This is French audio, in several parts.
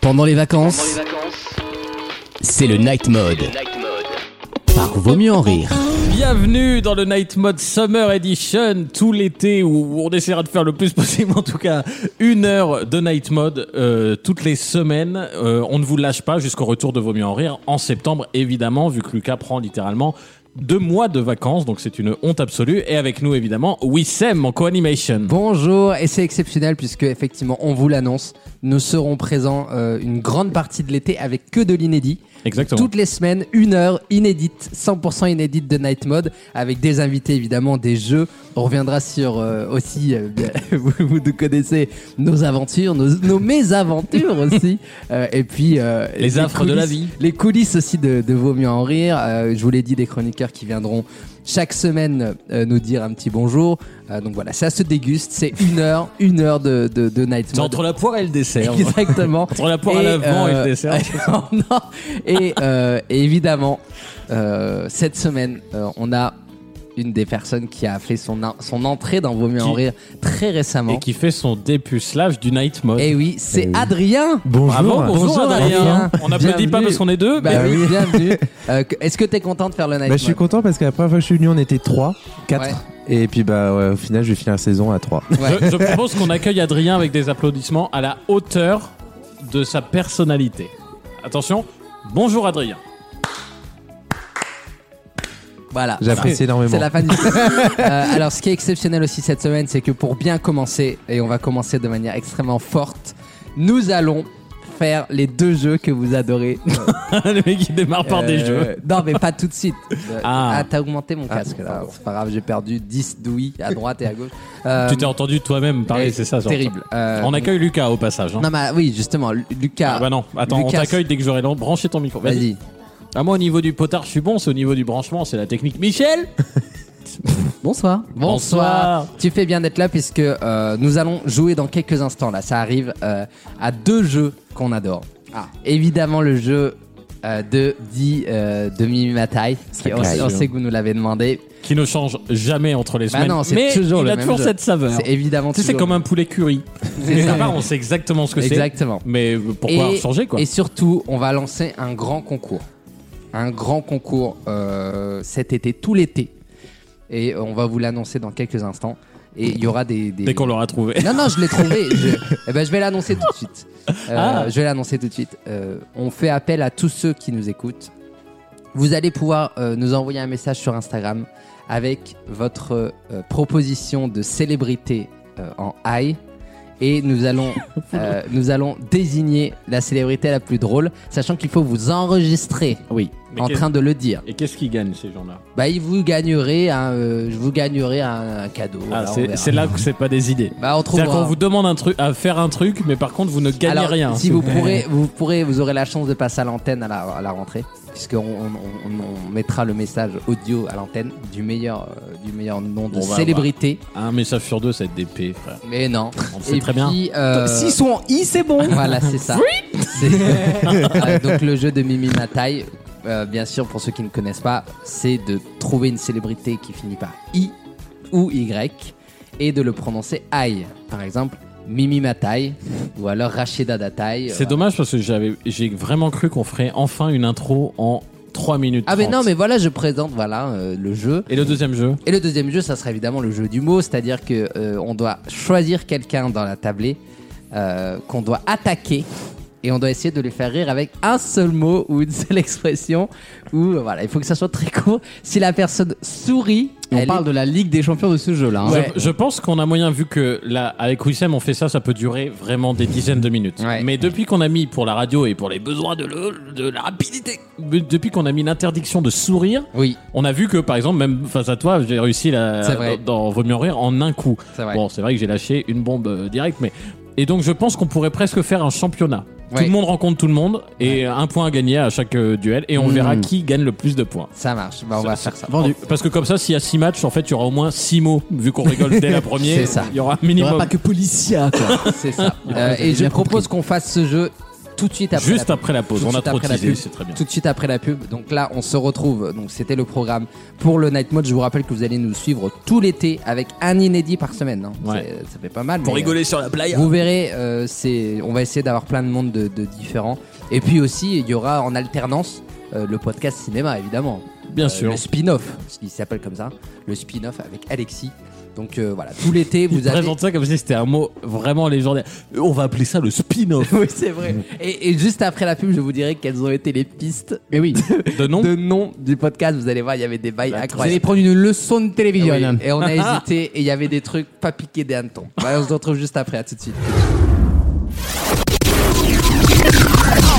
Pendant les vacances, c'est le night mode. Par vaut mieux en rire. Bienvenue dans le Night Mode Summer Edition, tout l'été où on essaiera de faire le plus possible, en tout cas une heure de Night Mode euh, toutes les semaines. Euh, on ne vous lâche pas jusqu'au retour de Vaut mieux en rire en septembre, évidemment, vu que Lucas prend littéralement deux mois de vacances, donc c'est une honte absolue. Et avec nous, évidemment, Wissem en co-animation. Bonjour, et c'est exceptionnel puisque effectivement, on vous l'annonce, nous serons présents euh, une grande partie de l'été avec que de l'inédit. Exactement. Toutes les semaines, une heure inédite, 100% inédite de Night Mode, avec des invités évidemment, des jeux. On reviendra sur euh, aussi, euh, bien, vous, vous nous connaissez, nos aventures, nos, nos mésaventures aussi. Euh, et puis. euh, Les affres de la coulisses- vie. Les coulisses aussi de, de Vaut mieux en rire. Euh, je vous l'ai dit, des chroniqueurs qui viendront chaque semaine euh, nous dire un petit bonjour. Euh, donc voilà, ça se déguste. C'est une heure, une heure de, de, de Night C'est Mode. entre la poire et le dessert. Exactement. euh, Entre la poire à l'avant et le dessert. non, non. Et, euh, et évidemment, euh, cette semaine, euh, on a une des personnes qui a fait son, en- son entrée dans Vaut mieux en Qui- rire très récemment. Et qui fait son dépucelage du Night Mode. Et oui, c'est Adrien. Bonjour. Bravo, bonjour, Bonjour, Adrien. Adrien. On n'applaudit pas Bienvenue. parce qu'on est deux. Bah mais- oui, bienvenue. Euh, que- Est-ce que t'es content de faire le night Bah, je suis mode content parce que la première fois que je suis venu, on était 3, 4. Ouais. Et puis bah ouais, au final, je vais finir la saison à 3. Ouais. Je, je propose qu'on accueille Adrien avec des applaudissements à la hauteur de sa personnalité. Attention, bonjour Adrien. Voilà. J'apprécie énormément. C'est la fin du Euh, Alors, ce qui est exceptionnel aussi cette semaine, c'est que pour bien commencer, et on va commencer de manière extrêmement forte, nous allons faire les deux jeux que vous adorez. Le mec qui démarre par des Euh, jeux. Non, mais pas tout de suite. Euh, Ah. ah, t'as augmenté mon Ah, casque là. pardon. C'est pas grave, j'ai perdu 10 douilles à droite et à gauche. Euh, Tu t'es entendu toi-même parler, eh, c'est ça. genre. Terrible. Euh, On accueille Lucas au passage. hein. Non, mais oui, justement, Lu- Lucas. Ah bah non, attends, on Lucas. t'accueille dès que j'aurai lan- branché ton micro. Vas-y. Vas-y. Ah, moi, au niveau du potard, je suis bon, c'est au niveau du branchement, c'est la technique. Michel Bonsoir. Bonsoir. Tu fais bien d'être là puisque euh, nous allons jouer dans quelques instants. Là, ça arrive euh, à deux jeux qu'on adore. Évidemment, le jeu euh, de dit euh, de Mimi Matai. qui- On, caille. on sait que vous nous l'avez demandé. Qui ne change jamais entre les Bah semaines. non, c'est mais toujours il le a même toujours jeu. cette saveur. C'est évidemment. Tu sais, c'est toujours- comme un poulet curry. C'est ça. Ça va, on sait exactement ce que c'est. Exactement. Mais pourquoi Et- changer quoi Et surtout, on va lancer un grand concours. Un grand concours euh, cet été, tout l'été. Et on va vous l'annoncer dans quelques instants. Et il y aura des. des- Dès qu'on l'aura trouvé. Non, non, je l'ai trouvé. Je, eh ben, je vais l'annoncer tout de suite. Euh, Ah. Je vais l'annoncer tout de suite. Euh, on fait appel à tous ceux qui nous écoutent. Vous allez pouvoir euh, nous envoyer un message sur Instagram avec votre euh, proposition de célébrité euh, en high. Et nous allons, euh, nous allons désigner la célébrité la plus drôle, sachant qu'il faut vous enregistrer Oui. Ah, en train de le dire. Et qu'est-ce qu'ils gagnent ces gens-là Bah, il vous gagnerez, un, euh, je vous gagnerai un, un cadeau. Ah, Voilà, on c'est verra. c'est là que c'est pas des idées. Bah, on C'est-à-dire trouvera. qu'on vous demande un truc, à faire un truc, mais par contre vous ne gagnez Alors, rien. Si vous pourrez, vous pourrez, vous aurez la chance de passer à l'antenne à la, à la rentrée, puisqu'on on, on- on mettra le message audio à l'antenne du meilleur, euh, du meilleur nom de Bon, bah, célébrité. Un message sur deux, ça va être des P, frère. Mais non. On le sait Et très bien. puis, euh, sont en I, c'est bon. Voilà, c'est ça. C'est- Euh, donc le jeu de Mimi Matai, euh, bien sûr, pour ceux qui ne connaissent pas, c'est de trouver une célébrité qui finit par I ou Y et de le prononcer I. Par exemple, Mimi Matai ou alors Rachida Datai. C'est euh, dommage parce que j'avais, j'ai vraiment cru qu'on ferait enfin une intro en 3 minutes. Ah mais 30. non mais voilà je présente voilà euh, le jeu Et le deuxième jeu et le deuxième jeu ça sera évidemment le jeu du mot c'est-à-dire que euh, on doit choisir quelqu'un dans la tablée euh, qu'on doit attaquer et on doit essayer de le faire rire avec un seul mot ou une seule expression ou euh, voilà il faut que ça soit très court si la personne sourit Et on elle parle est- de la Ligue des Champions de ce jeu-là. hein. Ouais. je, je pense qu'on a moyen, vu que là, avec Wissem, on fait ça, ça peut durer vraiment des dizaines de minutes. Ouais. Mais depuis qu'on a mis, pour la radio et pour les besoins de, le- de la rapidité, depuis qu'on a mis l'interdiction de sourire, oui On a vu que, par exemple, même face à toi, j'ai réussi la, C'est vrai. dans dans Vaut mieux en rire en un coup. c'est vrai Bon, c'est vrai que j'ai lâché une bombe euh, directe, mais. Et donc, je pense qu'on pourrait presque faire un championnat. Tout Ouais. le monde rencontre tout le monde et un point à gagner à chaque euh, duel et on Hmm. Mmh. verra qui gagne le plus de points. ça marche Bah, on va faire ça Vendu. Parce que comme ça, s'il y a 6 matchs, en fait, il y aura au moins 6 mots. Vu qu'on rigole dès la première, C'est ça. il y aura un Il n'y aura minimum. pas que Policia, quoi. c'est ça Ouais, Euh, j'avais et je bien propose qu'on fasse ce jeu tout de suite après Juste la pub. après la pause. Tout de On a suite trop après la teasé, pub. c'est très bien. Tout de suite après la pub. Donc là, on se retrouve. Donc c'était le programme pour le Night Mode. Je vous rappelle que vous allez nous suivre tout l'été avec un inédit par semaine. hein. Ouais. C'est- Ça fait pas mal. Pour mais, rigoler sur la euh, playa. Vous verrez, euh, c'est, on va essayer d'avoir plein de monde de, de différents. Et puis aussi, il y aura en alternance euh, le podcast cinéma, évidemment. Bien Euh, sûr. Le spin-off, ce qui s'appelle comme ça. Le spin-off avec Alexis. Donc euh, voilà, tout l'été, Il vous avez. présente ça comme si c'était un mot vraiment légendaire. On va appeler ça le spin-off Oui, c'est vrai. Et, et juste après la pub, je vous dirai quelles ont été les pistes Mais oui, de nom. de nom du podcast. Vous allez voir, il y avait des bails vous allez incroyables. prendre une leçon de télévision. Oui, Et on a hésité et il y avait des trucs pas piqués des hannetons. Voilà, on se retrouve juste après, à tout de suite.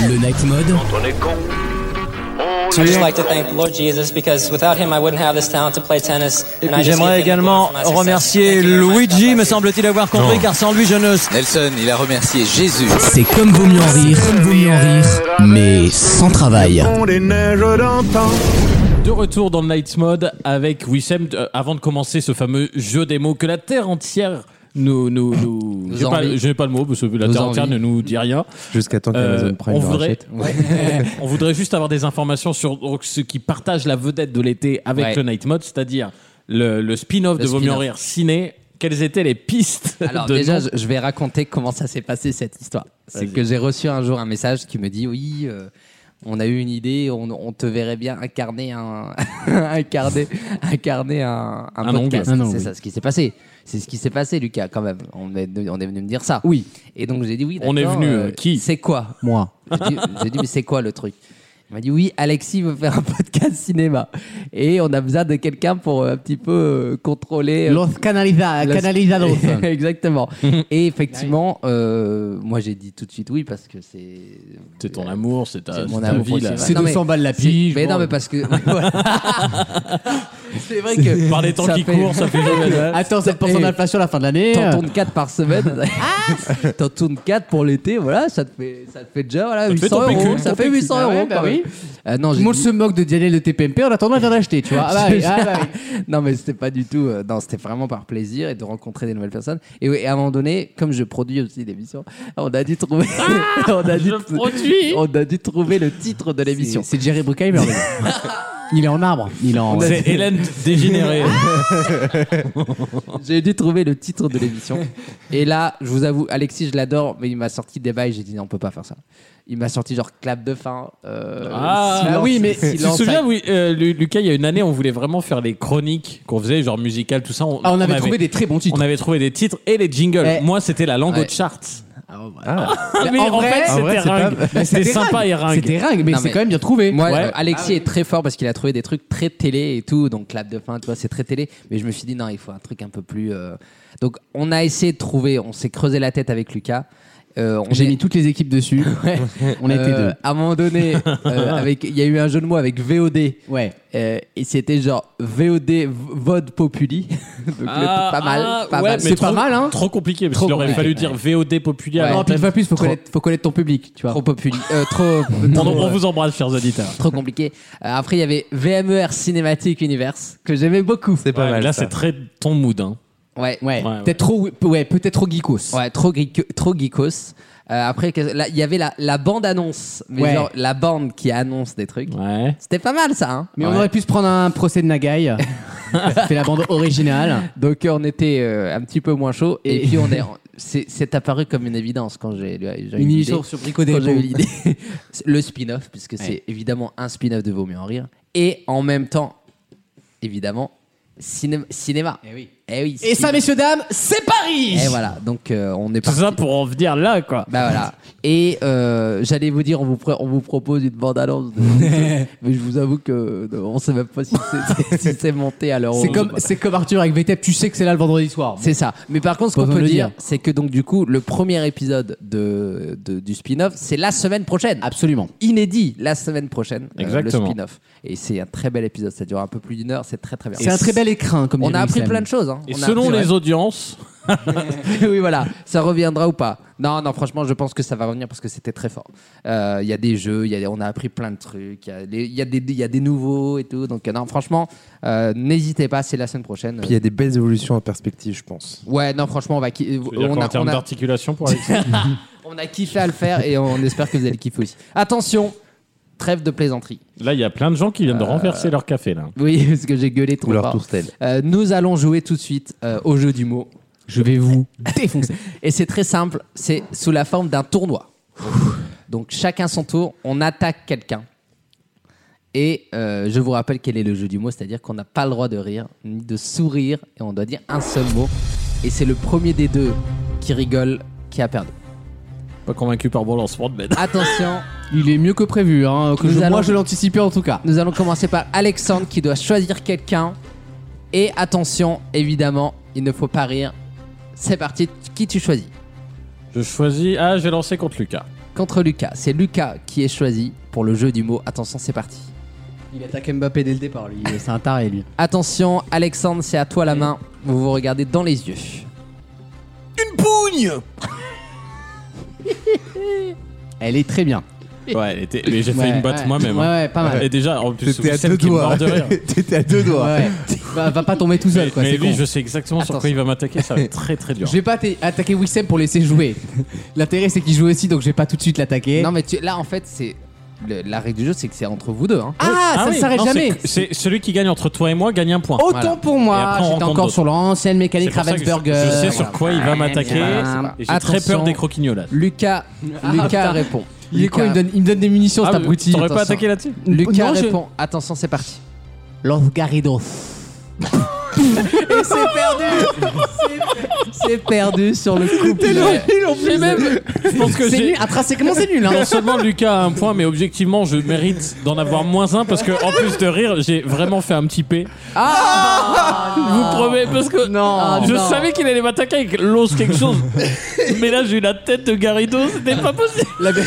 Le night mode, I just like to thank the Lord Jesus because without him I wouldn't have this talent to play tennis. Et and I puis just give him the glory j'aimerais également for my success. remercier Thank you very much. Luigi, God me bless you. semble-t-il avoir compris, car sans lui je ne Nelson, il a remercié Jésus. c'est comme vaut mieux en rire, vaut mieux en rire, mais sans travail. De retour dans le Night Mode avec Wissem. Euh, avant de commencer ce fameux jeu des mots que la Terre entière nous. nous, nous- Nous j'ai, pas, envie. j'ai pas le mot parce que la Nous Terre entière envie. ne nous dit rien. Jusqu'à temps qu'Amazon Euh, Prime on, le voudrait, rachète. on voudrait juste avoir des informations sur donc, ce qui partage la vedette de l'été avec Ouais. le Night Mode, c'est-à-dire le, le spin-off Le de Vaut mieux en spin-off. rire ciné. Quelles étaient les pistes Alors de déjà, nom je, je vais raconter comment ça s'est passé cette histoire. C'est Vas-y. que j'ai reçu un jour un message qui me dit oui, euh, on a eu une idée, on, on te verrait bien incarner un incarner incarner un, un, Un podcast. ongle. Un ongle, C'est oui. ça, ce qui s'est passé. C'est ce qui s'est passé, Lucas, quand même. On est, on est venu me dire ça. Oui. Et donc j'ai dit oui. On est d'accord, venu, euh, qui C'est quoi Moi. J'ai dit, j'ai dit, mais c'est quoi le truc Il m'a dit oui, Alexis veut faire un podcast cinéma et on a besoin de quelqu'un pour euh, un petit peu euh, contrôler. euh, Los canaliza, la- canalizados. Exactement. Et effectivement, euh, moi j'ai dit tout de suite oui parce que c'est. euh, C'est ton amour, c'est ta, C'est mon c'est ta amour vie. aussi, là. ouais. C'est Non, mais- 200 balles la C'est- pige. Mais bon. non, mais parce que. c'est vrai que. Par les temps ça qui fait- courent, ça fait jamais de mal. Attends, 7% Eh, d'inflation à la fin de l'année. T'en tournes 4 par semaine. T'en tournes 4 pour l'été, voilà, ça te fait, ça te fait déjà voilà, te fait 800 ton PQ. euros. Ça Ton fait PQ. 800 Ah ouais, euros bah quand même. oui. Euh, non, Tout j'ai le monde dit- se moque de Daniel de TPMP, on a tendance à l'acheter, tu vois. Ah bah oui, ah bah oui. non, mais c'était pas du tout. euh, non, c'était vraiment par plaisir et de rencontrer des nouvelles personnes. Et, oui, et à un moment donné, comme je produis aussi l'émission, on a dû trouver. on a dû produis On a dû trouver le titre de l'émission. Ah C'est c'est Jerry Bruckheimer. le gars. il est en arbre. Il est en. C'est Hélène dégénérée. J'ai dû trouver le titre de l'émission. Et là, je vous avoue, Alexis, je l'adore, mais il m'a sorti des bails. J'ai dit non, on peut pas faire ça. Il m'a sorti genre clap de fin. euh, Ah, silence- bah oui, mais tu te silence- souviens, oui, euh, Lu- Lucas, il y a une année, on voulait vraiment faire les chroniques qu'on faisait, genre musicales, tout ça. On, Ah, on avait trouvé des très bons titres. on avait trouvé des titres et les jingles. Eh. Moi, c'était la langue Ouais. aux charts. Ah, Mais, en, vrai- fait, en vrai, c'était c'est pas- ringue. C'était sympa et ringue. C'était ringue, mais Non, c'est mais- quand même bien trouvé. Ah Moi, Ouais. euh, Alexis est très fort parce qu'il a trouvé des trucs très télé et tout, donc clap de fin, tu vois, c'est très télé. Mais je me suis dit non, il faut un truc un peu plus. euh, Donc on a essayé de trouver, on s'est creusé la tête avec Lucas. Euh, on J'ai est- mis toutes les équipes dessus. On était Euh, deux. À un moment donné, euh, avec, il y a eu un jeu de mots avec VOD. Ouais. Euh, et c'était genre VOD v- Vod Populi. Donc le- Ah, pas mal. ah, pas ouais, mal. mais C'est trop- pas mal, hein Trop compliqué, parce Trop qu'il aurait compliqué, fallu ouais. dire VOD populaire. Ouais, Alors, Non, puis une fois plus, faut Trop- connaître, faut connaître ton public, tu vois. Trop Populi. Euh, trop, on, trop, on vous embrasse, chers auditeurs. trop compliqué. Euh, après, il y avait VMER Cinematic Universe que j'aimais beaucoup. c'est pas Ouais, mais mal. là, ça. c'est très ton mood. hein. Ouais. Ouais. Ouais, ouais. Peut-être trop, ouais, peut-être trop geekos. Ouais, trop, geeko- trop geekos. Euh, après, qu'est-ce- là, il y avait la, la bande annonce. Mais Ouais. genre la bande qui annonce des trucs. Ouais. C'était pas mal ça. Hein Mais Ouais. on aurait pu se prendre un procès de Nagai. fait la bande originale. Donc euh, on était euh, un petit peu moins chaud et, Et- puis on est, c'est- c'est apparu comme une évidence quand j'ai j'ai eu Une l'idée. émission sur Brico Quand Dépôt. j'ai eu l'idée. C'est le spin-off puisque c'est Ouais. évidemment un spin-off de Vaut mieux en rire et en même temps évidemment ciné- cinéma. Eh oui. Eh oui. Et ça, cinéma. messieurs, dames, c'est Paris Et voilà donc euh, on est Tout parti. ça pour en venir là, quoi. Bah voilà. Et euh, j'allais vous dire, on vous, pr- on vous propose une bande-annonce, de- mais je vous avoue que non, on sait même pas si c'est si c'est monté à l'heure. C'est comme, c'est comme Arthur avec VTEP, tu sais que c'est là le vendredi soir. C'est ça. Mais par contre, ce qu'on Posons-le peut le dire, dire. c'est que donc du coup, le premier épisode de, de- du spin-off, c'est la semaine prochaine. Absolument. Inédit, la semaine prochaine, euh, Exactement. le spin-off. Et c'est un très bel épisode. Ça dure un peu plus d'une heure. C'est très très bien. C'est un très bel écrin, comme On dirait a appris Wissem. plein de choses. hein. Et On a selon appris- les audiences, oui, voilà. Ça reviendra ou pas Non, non. Franchement, je pense que ça va revenir parce que c'était très fort. Euh, Il y a des jeux. il y a des- On a appris plein de trucs. Il y a les- il y, a des- il y a des nouveaux et tout. Donc euh, non, franchement, euh, n'hésitez pas. C'est la semaine prochaine. Puis il y a des belles évolutions en perspective, je pense. Ouais, non, franchement, on va. qui- tu veux dire on qu'en a- termes on a- d'articulation pour Alexis On on a kiffé à le faire et on espère que vous allez kiffer aussi. Attention, trêve de plaisanterie. Là, il y a plein de gens qui viennent de renverser leur café, là. Oui, parce que j'ai gueulé trop Ou leur fort. tourtelle. Euh, nous allons jouer tout de suite euh, au jeu du mot. Je vais vous défoncer. Et c'est très simple, c'est sous la forme d'un tournoi. Donc chacun son tour, on attaque quelqu'un. Et euh, je vous rappelle quel est le jeu du mot, c'est-à-dire qu'on n'a pas le droit de rire, ni de sourire, et on doit dire un seul mot. Et c'est le premier des deux qui rigole qui a perdu. Pas convaincu par mon lancement de bête. Attention, Il est mieux que prévu. Hein, que Nous je- allons- Moi, je l'anticipais en tout cas. Nous allons commencer par Alexandre qui doit choisir quelqu'un. Et attention, évidemment, il ne faut pas rire. C'est parti, qui tu choisis Je choisis. Ah, j'ai lancé contre Lucas. Contre Lucas. C'est Lucas qui est choisi pour le jeu du mot. Attention, c'est parti. Il attaque Mbappé dès le départ, lui. Ah, C'est un taré, lui. Attention, Alexandre, c'est à toi la main. Vous vous regardez dans les yeux. Elle est très bien. Ouais, elle était- mais j'ai fait Ouais, une botte ouais. moi-même. Ouais, hein. ouais, pas mal. Et déjà, en plus, T'étais à Wissem deux qui est mort doigts. de rire. T'étais à deux doigts. Ouais. va, va pas tomber tout seul, quoi. mais c'est lui, con. je sais exactement sur quoi Attention. il va m'attaquer. Ça va être très très dur. Je vais pas atta- attaquer Wissem pour laisser jouer. L'intérêt, c'est qu'il joue aussi, donc je vais pas tout de suite l'attaquer. Non, mais tu- là, en fait, c'est. le- La règle du jeu, c'est que c'est entre vous deux. hein. Ah, ça oui, ne s'arrête non, jamais. Oh, c'est- C'est celui qui gagne entre toi et moi gagne un point. Autant Voilà. pour Et moi, après, on j'étais rencontre encore d'autres. sur l'ancienne C'est mécanique pour ça que je- Ravensburger. Je sais sur quoi il va m'attaquer. voilà. et J'ai très peur Attention. des croquignolades. Lucas, Ah, Lucas répond. Il est con, il me Lucas, donne, il me donne des munitions, cet mais abruti. Ah, T'aurais pas attention. attaqué là-dessus Lucas Non, je- répond. Attention, c'est parti. Los Garridos. Et c'est perdu C'est- C'est perdu sur le coup. C'est même. Je pense que C'est j'ai- nul, intrinsèquement, c'est nul. hein. Non seulement Lucas a un point, mais objectivement, je mérite d'en avoir moins un parce que, en plus de rire, j'ai vraiment fait un petit P. Ah Vous promets parce que Non, je non. savais qu'il allait m'attaquer avec l'os quelque chose, mais là j'ai eu la tête de Garrido, c'était pas possible.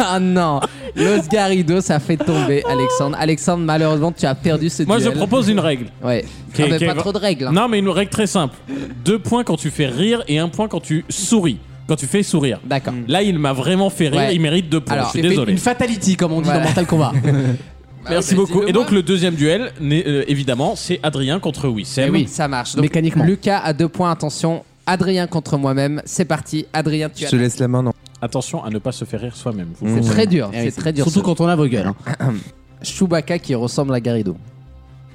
Ah non Los Garrido, ça fait tomber Alexandre. Alexandre, malheureusement, tu as perdu ce Moi, je duel. propose une règle. Ouais. Qui- Ah, mais qui- pas trop de règles. hein. Non, mais une règle très simple. Deux points quand tu fais rire et un point quand tu souris, quand tu fais sourire. D'accord. Là, il m'a vraiment fait rire, Ouais. il mérite deux points. Alors, je suis J'ai fait désolé. Une fatality, comme on dit Voilà. Bah dans Mortal Kombat. Merci mais beaucoup. dis-le Et donc, moi. le deuxième duel, n'est- euh, évidemment, c'est Adrien contre Wissem. Eh oui. Ça marche. Donc, Mécaniquement. Lucas a deux points, attention. Adrien contre moi-même. C'est parti. Adrien, tu Je as. te laisse la main, non Attention à ne pas se faire rire soi-même. Vous- C'est très dur. Eh oui, C'est très dur. Surtout ce- quand on a vos gueules. hein. Chewbacca qui ressemble à Garrido.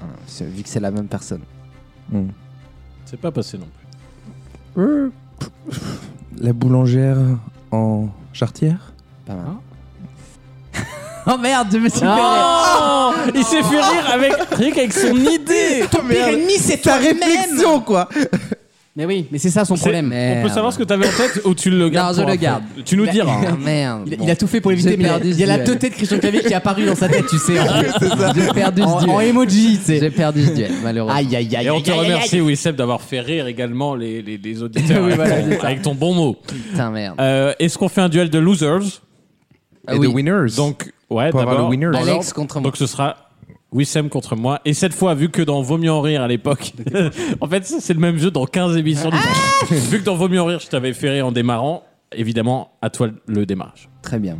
Ah, c'est- Vu que c'est la même personne. C'est pas passé non plus. La boulangère en chartière Pas mal. Oh merde, je me suis fait rire. Ah Oh Il s'est fait rire avec, rien qu'avec son oh, idée c'est ta réflexion, quoi Mais oui, mais c'est ça son problème. On peut savoir ce que t'avais en tête ou tu le gardes Non, je pour le après garde. Tu nous diras. hein. Ah, merde. Eh, Il, Bon. il a tout fait pour J'ai l'éviter, mais il y a- perdu il y a ce la duel. tête de Christian Clavier qui est apparue dans sa tête, tu sais. en- J'ai perdu ce en, en duel. emoji, tu J'ai sais. perdu ce duel, malheureusement. Aïe, aïe, aïe. Et on te aïe, aïe, aïe. remercie, Wissem, d'avoir fait rire également les, les, les auditeurs Oui, avec, voilà, ton, c'est ça. avec ton bon mot. Putain, merde. Euh, Est-ce qu'on fait un duel de losers Ah Et oui. the winners. Donc, ouais, Pour avoir d'abord, le winner. dans Alex l'ordre. contre moi. Donc, ce sera Wissem contre moi. Et cette fois, vu que dans Vaut mieux en rire à l'époque, en fait, c'est le même jeu dans 15 émissions. Ah différentes. vu que dans Vaut mieux en rire, je t'avais fait rire en démarrant, évidemment, à toi le démarrage. Très bien.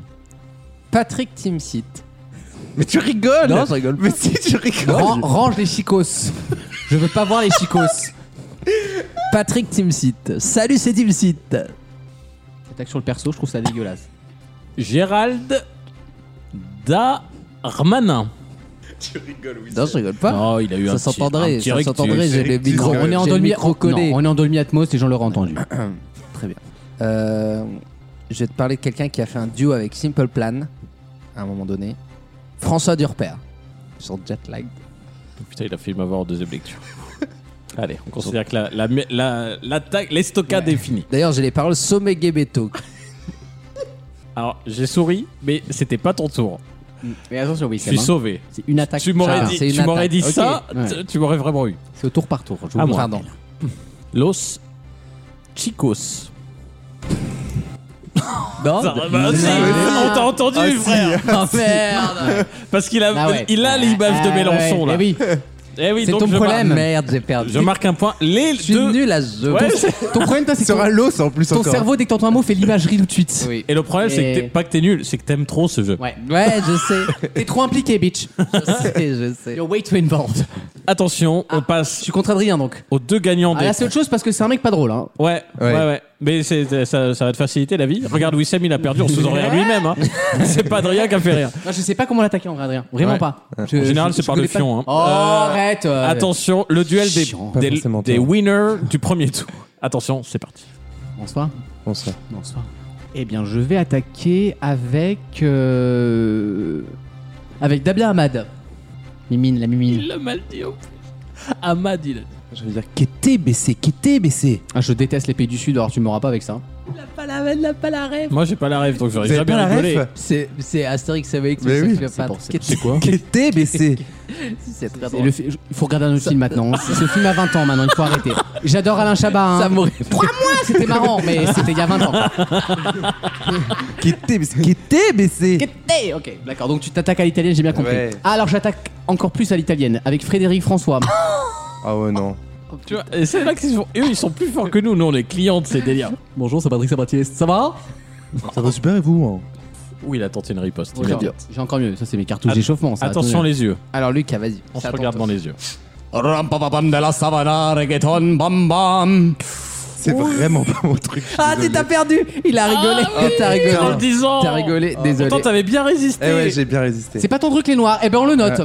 Patrick Timsit. Mais tu rigoles Non, je rigole Mais si, tu rigoles Ran- range les chicos. Je veux pas voir les chicos. Patrick Timsit. Salut, c'est Timsit. Attaque sur le perso, je trouve ça dégueulasse. Gérald Darmanin. Non, je rigole pas. Oh, il a eu Ah, Ça un petit, s'entendrait, un petit ça rectus. s'entendrait, j'ai les micros, on est en j'ai le demi micro collé. non, on est en demi atmos, les gens l'auraient entendu. Euh, je vais te parler de quelqu'un qui a fait un duo avec Simple Plan, à un moment donné. François Durper, sur Jetlag. Putain, il a failli m'avoir en deuxième lecture. Allez, on considère que la- la- la- l'attaque, l'estocade est finie. D'ailleurs, j'ai les paroles Sommet Gebeto. Alors, j'ai souri, mais c'était pas ton tour. Mais attention, oui, Je suis sauvé. c'est une attaque. Tu m'aurais Ah, dit, c'est une tu m'aurais attaque. dit Ok, ça, ouais. tu- tu m'aurais vraiment eu. C'est au tour par tour. Je Ah, vous moi. Pardon. Los Chicos. Non on t'a entendu, frère. Oh, merde Parce qu'il a, Ah ouais. il a l'image Ah de Mélenchon là. Eh oui, Eh oui, C'est donc ton je problème. marque- Merde, j'ai perdu. Je marque un point. Les Je suis deux. nul à ce jeu. Ouais, Ton- c'est- ton problème, toi, c'est que Sur ton, un los en plus ton encore. cerveau, dès que t'entends un mot, fait l'imagerie Ah, tout de suite. Oui. Et le problème, c'est que Et- t'es- pas que t'es nul, c'est que t'aimes trop ce jeu. Ouais. Ouais, je sais. T'es trop impliqué, bitch. Je sais, je sais. You're way too involved. Attention, on Je passe Ah. suis contre Adrien donc. aux deux gagnants Ah, des. là, c'est autre chose parce que c'est un mec pas drôle. Hein. Ouais, ouais, Ouais. ouais. mais c'est- c'est- ça, ça va te faciliter la vie. Regarde, Wissem, il a perdu en faisant rire lui-même. hein. C'est pas Adrien qui a fait rire. Non, je sais pas comment l'attaquer en vrai, Adrien. Vraiment Ouais. pas. En général, c'est par le connais pas- fion, hein. Oh, Euh, arrête. euh, Attention, le duel des, Chiant. Pas des, forcément des toi. winners du premier tour. Attention, c'est parti. Bonsoir. Bonsoir. Bonsoir. Eh bien, je vais attaquer avec. euh, Avec Dabia Ahmad. Mimine, la mimine. l'a mal dit Ahmad, il Je veux dire, qu'était baissé, qu'était baissé Ah, je déteste les pays du Sud, alors tu m'auras pas avec ça. hein. Moi, j'ai pas la rêve, donc j'aurais Vous déjà avez bien pas la rigolé. ref C'est c'est Astérix et Obélix, Mais mais oui. c'est Cléopâtre. C'est quoi Qu'était baissé C'est très C'est le fi- je- Il faut regarder un autre film maintenant. C'est- Ce film a 20 ans maintenant, il faut arrêter. J'adore Alain Chabat. hein. Ça m'aurait- Trois mois, c'était marrant, mais c'était il y a 20 ans. Qu'était baissé Qu'était baissé Qu'était- Ok, d'accord, donc tu t'attaques à l'italienne, j'ai bien compris. Ah, Ouais. Alors j'attaque encore plus à l'italienne avec Frédéric François. Ah ouais, non. Tu vois, et c'est là qu'ils sont. Eux, ils sont plus forts que nous. Nous, on est clients de ces délires. Bonjour, c'est Patrick Sabatier. Ça va Ça va super et vous hein. Ouh, il a tenté une riposte. Bonjour. J'ai encore mieux, ça c'est mes cartouches d'échauffement. ça. Attention les yeux. Alors, Lucas, vas-y. On se C'est à ton regarde tour. dans les yeux. Rampapapam de la savana, reggaeton, bam bam. C'est vraiment pas mon truc. Ah, tu t'as perdu Il a rigolé. T'as En le rigolé. disant. T'as rigolé, désolé. Ah, Pourtant, t'avais bien résisté. Eh ouais, j'ai bien résisté. C'est pas ton truc les noirs, eh ben on le note.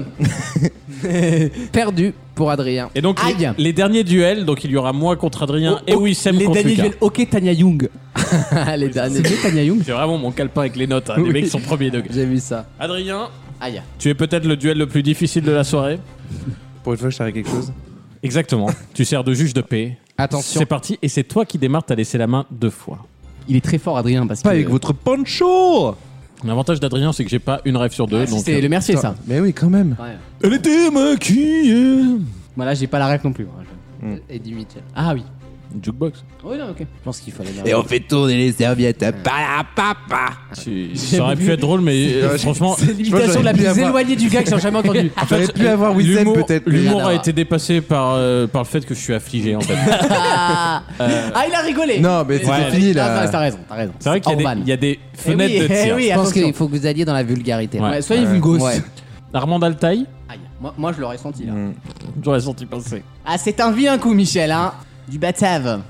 Perdu pour Adrien. et donc, les, Aïe. les derniers duels, donc il y aura moi contre Adrien Oh, et oh, Wissem Les contre derniers Lucas. duels, ok Tanya Young. les C'est derniers. bien Tanya Young C'est vraiment mon calepin avec les notes. hein, Les Oui. mecs sont premier degré. J'ai vu ça. Adrien, Aïe. tu es peut-être le duel le plus difficile de la soirée. Pour une fois, je savais quelque chose. Exactement. tu sers de juge de paix. Attention. C'est parti. Et c'est toi qui démarres. T'as laissé la main deux fois. Il est très fort Adrien parce Pas que... avec votre poncho L'avantage d'Adrien, c'est que j'ai pas une rêve sur deux. Ah, si, donc, C'est euh, le mercier ça. Mais oui, quand même. Elle était maquillée. Voilà, j'ai pas la ref non plus. Eddie Mitchell. Ah oui. Jukebox. Oui, non, ok. Je pense qu'il fallait la Et on fait tourner les serviettes. Euh, Pa, pa, pa. Tu- Ça aurait pu être drôle, mais euh, franchement, C'est l'imitation j'aurais la pu plus avoir- éloignée du gars que j'ai jamais entendu. J'aurais pu avoir Wissem l'humour- peut-être. mais- L'humour Rien à a voir. été dépassé par, euh, par le fait que je suis affligé en fait. Ah, il a rigolé Non, mais c'était Ouais. fini Ah, là. t'as- t'as raison, t'as raison. C'est vrai qu'il y, a Orban. des- il y a des Eh fenêtres oui, de eh tir. oui, Je pense attention. qu'il faut que vous alliez dans la vulgarité. Ouais. Ouais, soyez vulgos. Ouais. Armand Altaï, Aïe, moi, moi, je l'aurais senti là. j'aurais senti passer. Ah, c'est un vilain coup, Michel, hein Du batave.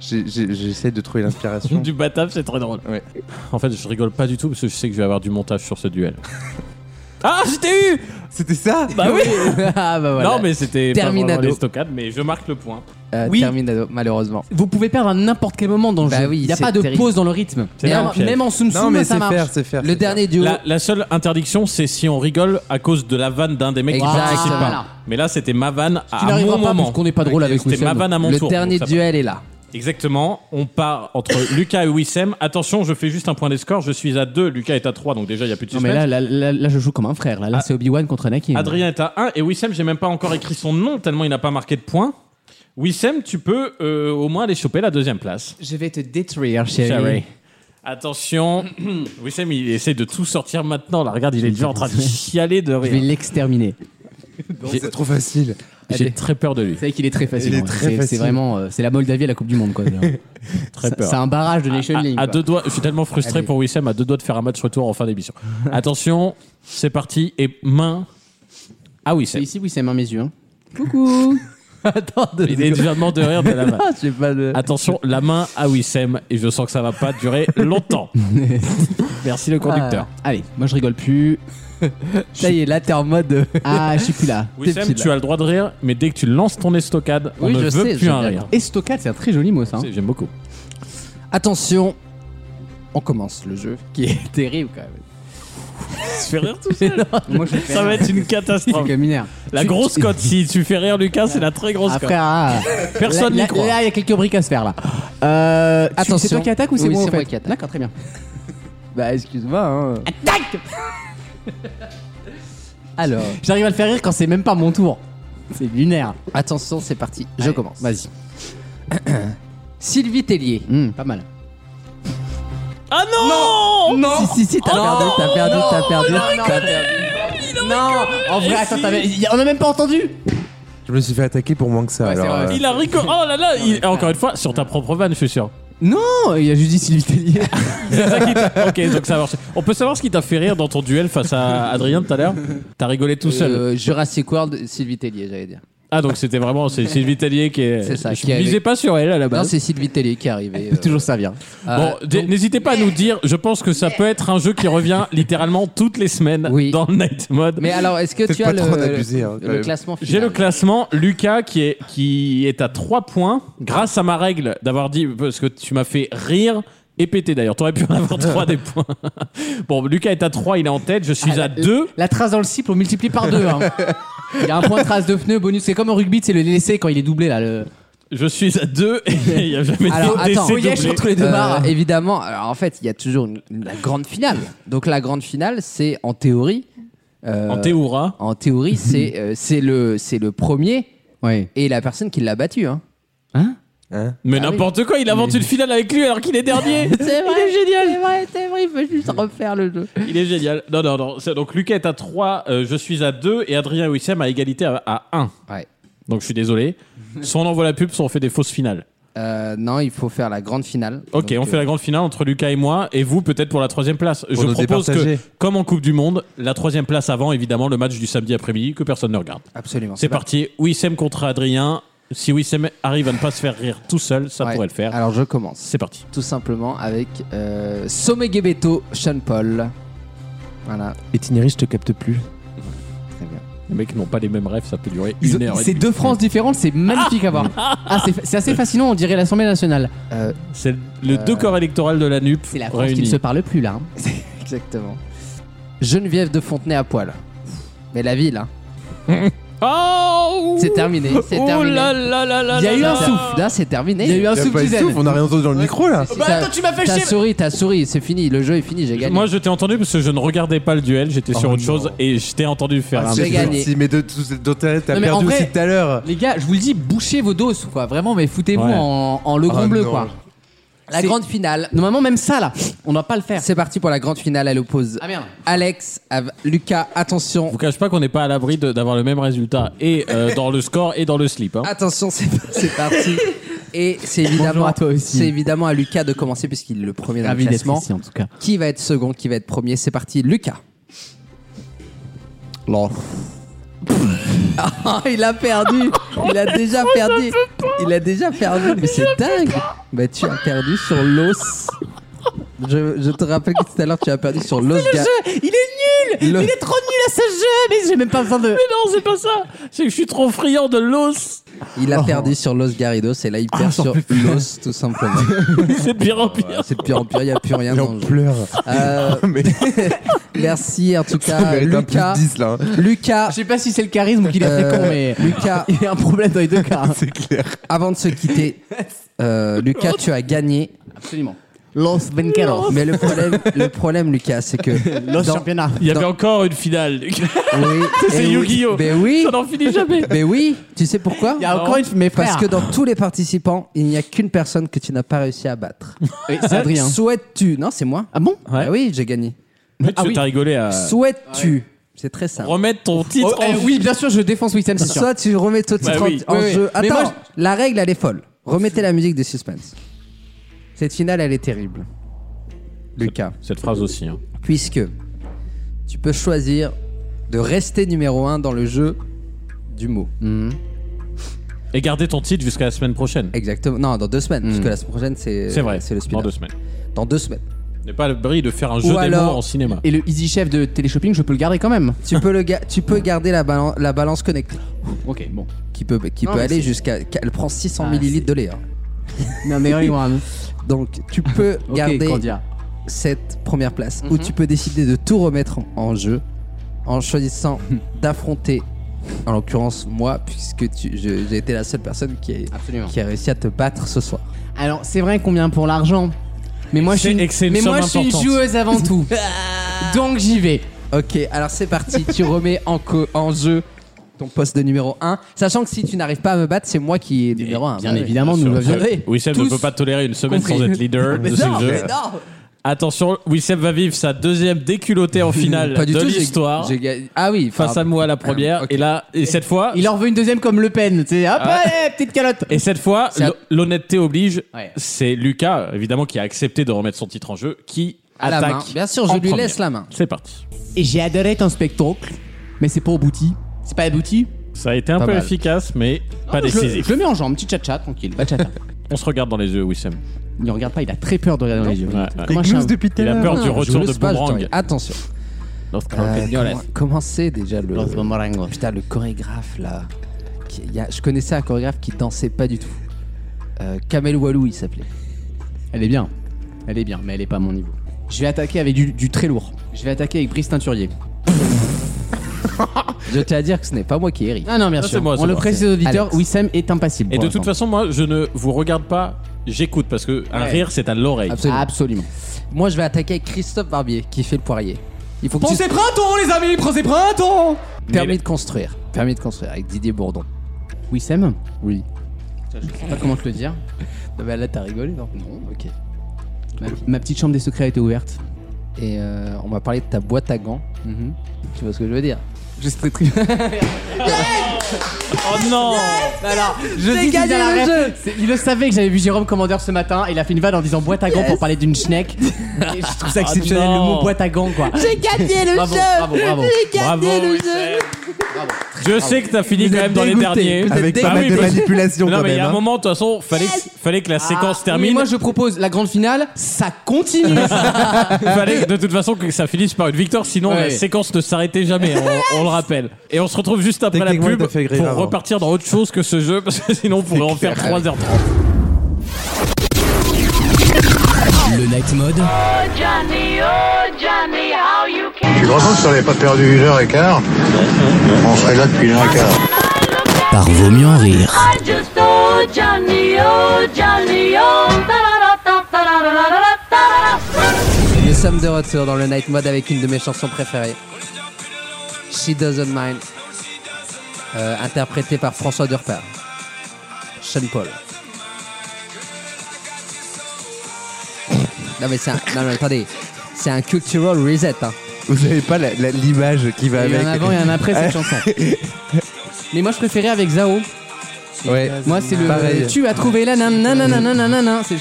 J'ai- j'ai- J'essaie de trouver l'inspiration. Du batave, c'est très drôle. Ouais. En fait, je rigole pas du tout parce que je sais que je vais avoir du montage sur ce duel. Ah, j'étais eu C'était ça Bah oui ah, bah voilà. Non, mais c'était pas Terminado. vraiment les stockades, mais je marque le point. Euh, Oui. Terminado, malheureusement. Vous pouvez perdre à n'importe quel moment dans le Bah jeu. oui, il n'y a c'est pas de terrible. pause dans le rythme. C'est Même, un piège. même en Soum Non, mais ça c'est marche. faire, c'est faire. Le c'est faire. dernier duo. La, la seule interdiction, c'est si on rigole à cause de la vanne d'un des mecs qui Exact. participe Voilà. pas. Mais là, c'était ma vanne Tu à n'arriveras mon pas moment. parce qu'on n'est pas drôle avec C'était ma Wissem. vanne à mon Le tour. dernier donc ça va. duel est là. Exactement. On part entre Lucas et Wissem. Attention, je fais juste un point des scores. Je suis à 2, Lucas est à 3, donc déjà il n'y a plus de Non, suspense. mais là, là, là, là, je joue comme un frère. Là, là Ah. c'est Obi-Wan contre Anakin. Adrien est à 1 et Wissem, j'ai même pas encore écrit son nom tellement il n'a pas marqué de points. Wissem, tu peux euh, au moins aller choper la deuxième place. Je vais te détruire, Chérie. Attention, Wissem il essaie de tout sortir maintenant. Là, regarde, il est déjà en train de chialer de Je vais rire. l'exterminer. C'est trop facile. J'ai très peur de lui. C'est vrai qu'il est très facile. Il est hein. très C'est- C'est facile. vraiment. euh, c'est la Moldavie à la Coupe du Monde, quoi. Très C'est peur. un barrage de Nation À- League. Ah, à, quoi. deux doigts, je suis tellement frustré Allez. pour Wissem, à deux doigts de faire un match retour en fin d'émission. Attention, c'est parti et main à C'est Wissem. ici, oui, c'est main mes yeux. hein. Coucou Attends, deux Il est secondes. déjà mort de rire de la main. Ah, j'ai pas de. Attention, la main à Wissem et je sens que ça va pas durer longtemps. Ah, Merci le conducteur. Ah. Allez, moi je rigole plus. Ça y est, là, t'es en mode. euh, Ah, je suis plus là. Wissem, petit, là. tu as le droit de rire, mais dès que tu lances ton estocade, on Oui, ne je veut sais, plus je un sais. hein. rire. Estocade, c'est un très joli mot ça. hein. C'est- J'aime beaucoup. Attention, on commence le jeu qui est terrible quand même. Tu fais rire tout Moi je Ça va être une Je suis catastrophe. comme une merde. La Tu- grosse tu- cote, si tu fais rire Lucas, c'est la très grosse Ah, cote. frère, ah, Personne là, n'y croit. Là, il y a quelques briques à se faire là. Euh, tu- Attention. C'est toi qui attaque ou c'est Oui, moi en c'est moi fait qui attaque. D'accord, très bien. Bah, excuse-moi. Hein. Attaque Alors, J'arrive à le faire rire quand c'est même pas mon tour. C'est lunaire. attention, c'est parti. Je Allez, commence. Vas-y. Sylvie Tellier. Hmm, pas mal. Ah non, Si, si, si, Oh t'as perdu, t'as perdu, t'as perdu. Euh, t'as perdu. Non En vrai, attends, t'avais- y a- on a même pas entendu Je me suis fait attaquer pour moins que ça. Ouais, c'est alors, vrai. euh, Il a rigolé. Oh là là, il- encore une fois, sur ta propre vanne, je suis sûr. Non Il y a juste dit Sylvie Tellier. C'est ça qui t'a- Ok, donc ça marche. On peut savoir ce qui t'a fait rire dans ton duel face à Adrien tout à l'heure T'as rigolé tout seul. Euh, Jurassic World, Sylvie Tellier, j'allais dire. Ah, donc c'était vraiment c'est Sylvie Tellier qui est. C'est ça, Je qui avait- misais pas sur elle à la Non, base. c'est Sylvie Tellier qui est arrivée. euh, Toujours ça vient. euh, Bon, d- donc- n'hésitez pas à nous dire. Je pense que ça peut être un jeu qui revient littéralement toutes les semaines Oui. dans le Night Mode. mais alors, est-ce que Peut-être tu as pas le, trop en abuser, hein, le quand même. classement final J'ai le classement, Lucas qui est, qui est à 3 points grâce à ma règle d'avoir dit parce que tu m'as fait rire et péter d'ailleurs. T'aurais pu en avoir 3 des points. Bon, Lucas est à 3, il est en tête, je Ah, suis à 2. La trace dans le cible, on multiplie par deux. hein. Il y a un point de trace de pneu bonus. C'est comme au rugby, c'est le laissé quand il est doublé là. Le... Je suis à 2 et il n'y a jamais Alors, de attends, décès voyage doublé. entre les deux Euh, barres. évidemment, alors en fait, il y a toujours une- la grande finale. Donc la grande finale, c'est en théorie. euh, En Théoura. en théorie, Hmm. c'est euh, c'est le c'est le premier Oui. et la personne qui l'a battu. Hein. Hein Mais Ah oui. n'importe quoi, il invente une finale avec lui alors qu'il est dernier. C'est vrai, il est génial, c'est vrai, c'est vrai. Il faut juste refaire le jeu. Il est génial. Non, non, non. C'est- Donc Lucas est à 3, euh, je suis à 2 et Adrien Wissem à égalité à, 1. Ouais. Donc je suis désolé. Soit on envoie la pub, soit on fait des fausses finales. Euh, non, il faut faire la grande finale. Ok, Donc, on fait euh, la grande finale entre Lucas et moi, et vous peut-être pour la troisième place. Pour Je nous propose que, départager. comme en Coupe du Monde, la troisième place avant, évidemment, le match du samedi après-midi que personne ne regarde. Absolument. C'est parti, Wissem contre Adrien. Si Wissem arrive à ne pas se faire rire tout seul, ça Ouais. pourrait le faire. Alors je commence C'est parti. tout simplement avec euh, Sommet Gebeto, Sean Paul. Voilà, Et Tineri, je te capte plus. très bien. Les mecs n'ont pas les mêmes rêves, ça peut durer Ils ont- une heure. et C'est demie. deux France différentes, c'est magnifique à voir. Ah, c'est- c'est assez fascinant, on dirait l'Assemblée nationale. Euh, C'est le deux corps électoral de la NUP. C'est la France qui ne réunis. se parle plus là. hein. exactement. Geneviève de Fontenay à poil. Mais la ville, hein. Oh c'est terminé. C'est Oh terminé. là là là là Il y a là eu un là. souffle, Là, c'est terminé. Il y a eu un Y a souffle pas eu de d'Isaine. souffle, on a rien entendu dans le micro là. Ah, Bah attends, tu m'as fait chier. T'as souri, t'as souri, c'est fini. Le jeu est fini, j'ai gagné. Moi, je t'ai entendu parce que je ne regardais pas le duel, j'étais sur autre chose et je t'ai entendu faire Ah, un c'est petit- gagné. Si, Ah, mais de tout dont t'as Non, t'as mais en perdu vrai- aussi tout à l'heure. Les gars, je vous le dis, bouchez vos doses, quoi. Vraiment, mais foutez-vous Ouais. en, en le grand Ah, bleu, non. quoi. La C'est- grande finale. Normalement, même ça, là, on doit pas le faire. C'est parti pour la grande finale. Elle oppose Ah merde. Alex à Lucas. Attention, Je vous cache pas qu'on n'est pas à l'abri de- d'avoir le même résultat et euh, dans le score et dans le slip. Ah, hein. attention, c'est c'est parti. Et c'est Bonjour évidemment, à toi aussi. c'est évidemment à Lucas de commencer puisqu'il est le premier dans le Ravi d'être classement. ici, en tout cas. Qui va être second, qui va être premier C'est parti, Lucas. Ah, il a perdu. Il a déjà perdu. Il a déjà perdu. Mais c'est dingue. Bah, tu as perdu sur l'os. Je, je te rappelle que tout à l'heure, tu as perdu sur l'os. ga- Il est nul Le- Il est trop nul à ce jeu Mais j'ai même pas besoin de. Mais non, c'est pas ça. C'est que je suis trop friand de l'os. Il a perdu sur l'os Garridos et là, il perd sur l'os, tout simplement. C'est de pire en pire. C'est de pire en pire, il n'y a plus rien Et dans on le jeu. pleure. Euh, Mais merci en tout on cas, mérite un plus Lucas. 10 là. hein. Lucas, Je sais pas si c'est le charisme ou qu'il est très con, euh, mais. Lucas, Il y a un problème dans les deux cas. C'est clair. avant de se quitter, euh, Lucas, tu as gagné. Absolument. Los Venqueros. Mais le problème, le problème Lucas, c'est que. Los dans- championnats. Il y avait Dans- encore une finale. Oui, C'est eh oui. Yu-Gi-Oh. Mais oui, Ça n'en finit jamais. mais oui, tu sais pourquoi Il y a encore une. Mais frère. Parce que dans tous les participants, il n'y a qu'une personne que tu n'as pas réussi à battre. Oui, c'est Adrien. Souhaites-tu. Non, c'est moi. Ah bon Ouais. Ah oui, j'ai gagné. Mais tu Ah oui. t'as rigolé à Souhaites-tu. C'est très simple. remettre ton titre Oh, eh, en Oui, bien sûr, je défends Witten, c'est sûr. Soit tu remets ton titre Bah oui. en, en Oui, oui. jeu. Mais Attends, moi, la règle, elle est folle. Remettez la musique de suspense. Cette finale, elle est terrible. Lucas. Cette phrase aussi. hein. puisque tu peux choisir de rester numéro 1 dans le jeu du mot. Mm. Et garder ton titre jusqu'à la semaine prochaine. Exactement. Non, dans deux semaines, parce que la semaine prochaine, c'est Mm. C'est vrai. c'est le Dans spin deux semaines. Dans deux semaines. N'est pas le bris de faire un jeu des alors- mots en cinéma. Et le Easy Chef de Téléshopping, je peux le garder quand même. tu, peux le ga- tu peux garder la, balan- la balance connectée Ok, bon. qui peut, qui Non, peut mais aller c'est- jusqu'à. Elle prend 600 Ah, millilitres de lait. hein. Non, mais oui, moi. Donc tu peux Ok, garder Candia. cette première place Mhm. ou tu peux décider de tout remettre en, en jeu en choisissant Hmm. d'affronter, en l'occurrence moi, puisque tu- je- j'ai été la seule personne qui a- Absolument. qui a réussi à te battre ce soir. Alors, c'est vrai combien pour l'argent Mais moi, je suis C'est- et que c'est une, une mais moi, somme je suis une importante. joueuse avant tout. Donc, j'y vais. Ok, alors c'est parti, tu remets en, co- en jeu ton poste de numéro 1, sachant que si tu n'arrives pas à me battre, c'est moi qui est numéro 1. Bien évidemment, nous Bien sûr. l'avions. Wissem Tous ne peut pas tolérer une semaine compris. sans être leader Mais de ce non, jeu. mais non Attention, Wissem va vivre sa deuxième déculottée en finale Pas du de tout, j'ai- l'histoire. j'ai gagné. Ah oui, Face à pardon. moi la première. ok. Et là, et cette fois, Il en veut une deuxième comme Le Pen. Tu sais, hop, Ah. allez, petite calotte. Et cette fois, C'est à- l'ho- l'honnêteté oblige. Ouais. C'est Lucas, évidemment, qui a accepté de remettre son titre en jeu, qui À la attaque. main. Bien sûr, je en lui première. laisse la main. C'est parti. Et j'ai adoré ton spectacle, mais c'est pas abouti. C'est pas abouti Ça a été un Pas peu mal. efficace, mais pas je, le- décisif. je le mets en jambe, petit tchatcha, tranquille. Bah, tchatcha. On se regarde dans les yeux, Wissem. Il ne regarde pas, il a très peur de regarder dans les yeux. Ouais, ouais. Comme un Glousse chat. depuis tout à Il a l'heure. peur Non, du je vous retour de laisse pas, je t'en- Ah. Boomerang. Attention. Euh, Campagnoles. comment- comment c'est déjà le. Los Boomerangos. Putain, le chorégraphe là. Qui- il y a- je connaissais un chorégraphe qui dansait pas du tout. Euh, Kamel Walou, il s'appelait. Elle est bien. Elle est bien, mais elle est pas à mon niveau. Je vais attaquer avec du, du très lourd. Je vais attaquer avec Brice Teinturier. Je tiens à dire que ce n'est pas moi qui hérite. Ah non, bien Ah, sûr. c'est moi, On c'est le moi. précise aux auditeurs, Alex. Wissem est impassible. Et pour de toute l'instant. façon, moi, je ne vous regarde pas, j'écoute parce que un Ouais. rire, c'est à l'oreille. Absolument. Absolument. Moi, je vais attaquer avec Christophe Barbier qui fait le poirier. Il faut que tu Pensez printemps, les amis, pensez printemps permis de construire. Permis de construire avec Didier Bourdon. Wissem Oui. Je sais pas comment te le dire. là, t'as rigolé, non Non, ok. Ma, ma petite chambre des secrets a été ouverte. Mhm. Et euh, on m'a parlé de ta boîte à gants. Tu vois ce que je veux dire Juste très triste. Oh non Je dis qu'il a la ref. C'est- Il le savait que j'avais vu Jérôme Commandeur ce matin et il a fait une vanne en disant boîte à gants pour parler d'une schneck. Et je Ah trouve ça exceptionnel non. le mot boîte à gants quoi. J'ai gagné le Bravo, bravo, bravo. Bravo, Wissem. Je sais que t'as fini quand êtes même dans les dégoûté. derniers. Vous êtes Avec Bah pas oui, mal de mais- manipulation Non, quand mais il y même. a un hein. moment, de toute façon, fallait, que- fallait que la séquence termine. Mais Ah moi je propose la grande finale, ça continue. fallait de toute façon que ça finisse par une victoire, sinon Ouais. la séquence ne s'arrêtait jamais, on, on le rappelle. Et on se retrouve juste après la Techniquement, pub t'as fait pour grave avant. repartir dans autre chose que ce jeu, parce que sinon on pourrait en faire 3h30. Le night mode, Je suis content que ça n'avait pas perdu une heure et quart. On serait là depuis une heure et quart. par vaut mieux en rire. Nous sommes de retour dans le Night Mode avec une de mes chansons préférées. She Doesn't Mind. Euh, interprétée par François Durper. Sean Paul. Non mais c'est un... Non, non, attendez. C'est un cultural reset. hein. Vous avez pas la- la- l'image qui va Il y a avec. un avant et un après cette chanson. Mais moi je préférais avec Zao. Ouais. Moi c'est le Pareil. tu as trouvé la nan nan nan nan nan nan nan. C'est-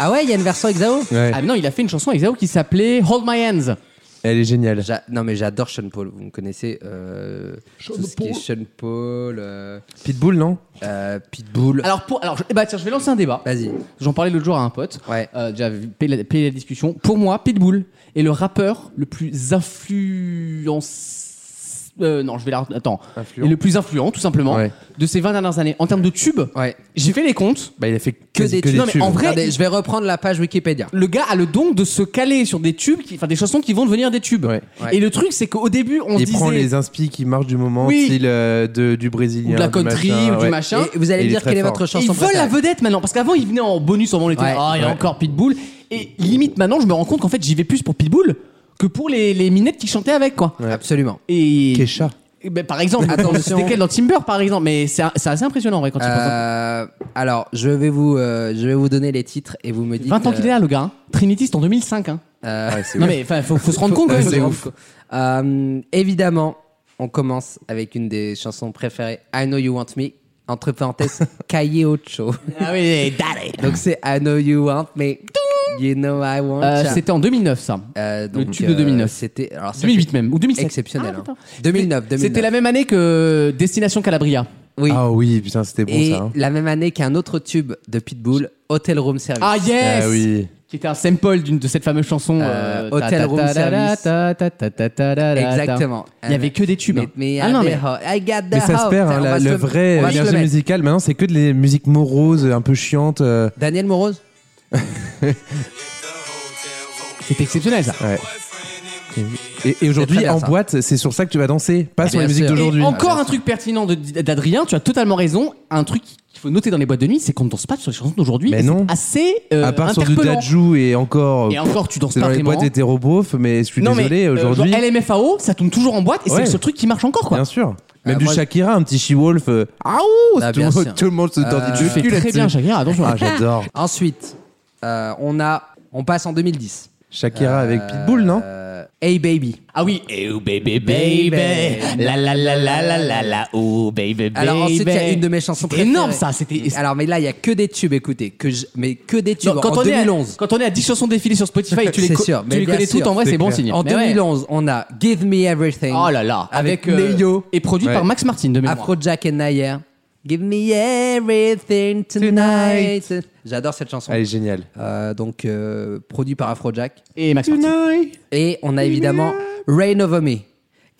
Ah ouais, il y a une version avec Zao Ouais. Ah mais non, il a fait une chanson avec Zao qui s'appelait Hold My Hands. Elle est géniale. J'a- Non mais j'adore Sean Paul. Vous me connaissez. euh, tout ce qui est Sean Paul, euh, Pitbull, non euh, Pitbull. Alors pour alors je, eh ben, tiens, je vais lancer un débat. Vas-y. J'en parlais l'autre jour à un pote. Ouais. Euh, J'avais payé la, payé la discussion. Pour moi, Pitbull est le rappeur le plus influent. euh, non, je vais la. Attends. Influent. Est Le plus influent, tout simplement, Ouais. de ces 20 dernières années. En termes de tubes, Ouais. j'ai fait les comptes. Bah, il a fait Que quasi des tubes. Non, mais en vrai, Regardez, il- je vais reprendre la page Wikipédia. Le gars a le don de se caler sur des tubes, qui- enfin des chansons qui vont devenir des tubes. Ouais. Et le truc, c'est qu'au début, on Il se disait. prend les inspi qui marchent du moment, Oui. style euh, de- du brésilien. ou de la du country, machin, ou du ouais. machin. Et vous allez Il me est dire très quelle est fort. votre Et chanson ils volent préférée la vedette maintenant parce qu'avant ils venaient en bonus avant les était Ouais. ah il y a Ouais. encore Pitbull et limite maintenant je me rends compte qu'en fait j'y vais plus pour Pitbull que pour les, les minettes qui chantaient avec quoi Absolument. et Kesha. Eh ben, par exemple Attention. c'était quel dans Timber par exemple mais c'est c'est assez impressionnant en vrai quand tu penses. Euh, alors, je vais vous, euh, je vais vous donner les titres et vous me dites. 20 ans qu'il est là le gars hein. Trinity c'est en 2005 hein. euh, non mais enfin, faut, faut se rendre compte quand euh, même c'est ouf. Euh, évidemment, on commence avec une des chansons préférées, I Know You Want Me, entre parenthèses, Calle Ocho. ah oui daddy. Donc c'est I Know You Want Me, You Know I Want Euh, Ya. c'était en 2009 ça Euh, le tube de 2009. C'était alors ça, 2008 même ou 2007 exceptionnel. Ah, hein. attends. 2009, 2009. c'était la même année que Destination Calabria Oui. Ah oui, putain, c'était bon et ça. hein. la même année qu'un autre tube de Pitbull, Hotel Room Service. ah yes Ah oui. qui était un sample d'une de cette fameuse chanson Euh, euh, Hotel ta- ta- Room ta- ta- Service. ta- ta- ta- ta- ta- ta- ta- Exactement. Il y avait que des tubes. Mais, mais ah non mais I got the Mais ça se hope. perd, hein, Ah, On la- va se le le- vrai on va se le énergie mettre. musicale. Maintenant, c'est que des musiques moroses, un peu chiantes. euh, Daniel Morose c'était exceptionnel ça. ouais. Et, et C'est aujourd'hui, très bien, en ça. boîte, c'est sur ça que tu vas danser, pas sur bien les musiques sûr. d'aujourd'hui. Et encore un truc pertinent de- d'Adrien, tu as totalement raison. Un truc qu'il faut noter dans les boîtes de nuit, c'est qu'on ne danse pas sur les chansons d'aujourd'hui. Mais et non. c'est Assez euh, à part sur du interpellant. Dajou et encore. euh, Et encore, tu danses C'est pas dans les vraiment. boîtes hétérobof, mais je suis non mais désolé, euh, aujourd'hui. genre LMFAO, ça tourne toujours en boîte et c'est Ouais. le seul truc qui marche encore quoi. Euh, Bien sûr. Même Ah, du moi- Shakira, un petit She-Wolf. euh, Aouh Ah, tout, bien le sûr. monde- tout le monde se tordit Euh, Tu du fais cul très là-dessus. bien Shakira, attention. Ah, j'adore. Ensuite, euh, on a, on passe en 2010. Shakira avec Euh, Pitbull, non euh, Hey Baby. Ah oui. Oh baby baby, la la la la la la la, oh baby baby. Alors ensuite, il y a une de mes chansons C'était préférées. énorme ça, c'était. Alors mais là, il y a que des tubes, écoutez, que je- mais que des tubes. Non, quand, en on Est 2011. à, quand on est à 10 chansons défilées sur Spotify, tu les, C'est co- sûr, tu mais les bien connais sûr. toutes en vrai, C'est c'est bon clair. signe. En Mais ouais. 2011, on a Give Me Everything. Oh là là, avec, avec, Neyo, et produit Ouais. par Max Martin de mémoire. Afrojack et Nayer. Give Me Everything Tonight. J'adore cette chanson. Elle est géniale. Euh, donc euh, produit par Afrojack. Et Max Martin. Et on a évidemment Rain Over Me.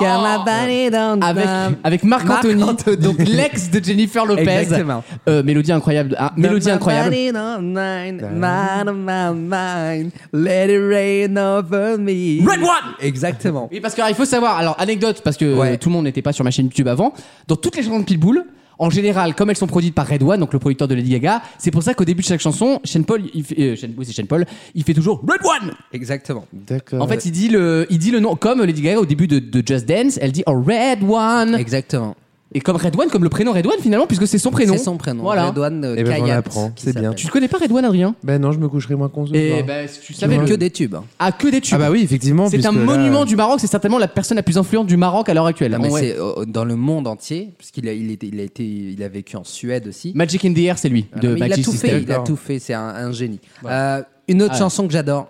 Oh, Got my euh, body down Avec, down. avec Marc Marc Anthony, Anthony. donc l'ex de Jennifer Lopez. Exactement. Euh, mélodie incroyable. Ah, mélodie Got my incroyable. body down down, mind of my mind. Let it rain over me. Red One Exactement. Oui, parce qu'il faut savoir, alors anecdote, parce que Ouais. euh, tout le monde n'était pas sur ma chaîne YouTube avant, dans toutes les chansons de Pitbull, en général, comme elles sont produites par Red One, donc le producteur de Lady Gaga, c'est pour ça qu'au début de chaque chanson, Shane Paul, il fait, euh, Shane- oui, c'est Shane Paul, il fait toujours Red One Exactement. D'accord. En fait, il dit, le, il dit le nom, comme Lady Gaga au début de, de Just Dance, elle dit oh, Red One Exactement. Et comme Red One, comme le prénom Red One finalement, puisque c'est son prénom. C'est son prénom. Voilà. Redouane euh, Eh ben, on Kayat, l'apprend. qui C'est bien. s'appelle. Tu connais pas Red One, Adrien Ben non, je me coucherai moins con ce soir. Et ben, si tu savais Que le... des tubes. hein. Ah, que des tubes Ah bah oui, effectivement. C'est un puisque là- monument du Maroc, c'est certainement la personne la plus influente du Maroc à l'heure actuelle. Non, euh, mais En vrai. c'est euh, dans le monde entier, parce qu'il a, il était- il a été, il a vécu en Suède aussi. Magic in the Air, c'est lui, Voilà, de Ah, mais il a Magic tout System. fait, il a D'accord. tout fait, c'est un, un génie. Euh, une autre Ah. chanson que j'adore,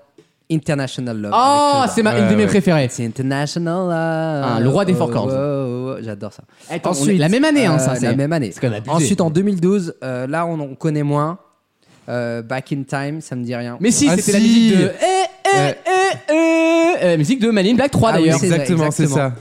International Love. Oh, avec, euh, c'est ma- une de Ouais, mes ouais. préférées. c'est International Love. Ah, le roi des four chords. Oh, oh, oh, oh, J'adore ça. euh, Attends, on est- la même année, hein, ça, c'est- la même année. c'est quand même abusé. Ensuite, en 2012, euh, là, on, on connaît moins. Euh, Back in Time, ça me dit rien. Mais si, Ah c'était la si. musique de. Eh, eh, Ouais. eh, eh, euh, musique de Manine Black 3 Ah oui, d'ailleurs. c'est- euh, Exactement, c'est ça.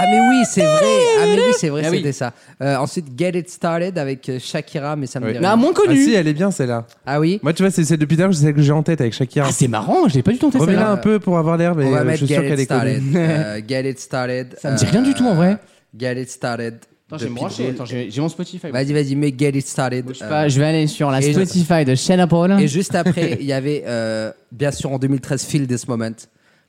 Ah mais oui, c'est vrai. Ah mais oui, c'est vrai, Ah oui. c'était ça. Euh, ensuite, Get It Started avec euh, Shakira, mais ça me Oui. dit Mais rien. à moins Ah connu. si, elle est bien celle-là. Ah oui. Moi, tu vois, c'est celle depuis tard, c'est celle que j'ai en tête avec Shakira. Ah, c'est marrant, j'ai pas du tout entendu Remets-la ça. un peu pour avoir l'air, mais On va euh, je mettre suis sûr Get It qu'elle est Started. connue. Euh, Get It Started. euh, Ça me dit rien du tout en vrai. Get It Started. de Pitbull. j'ai mon Spotify. Vas-y, vas-y, mets Get It Started. Euh, je vais aller sur la et- Spotify de Shanna Paul. et juste après, il y avait, euh, bien sûr, en 2013, Feel This Moment.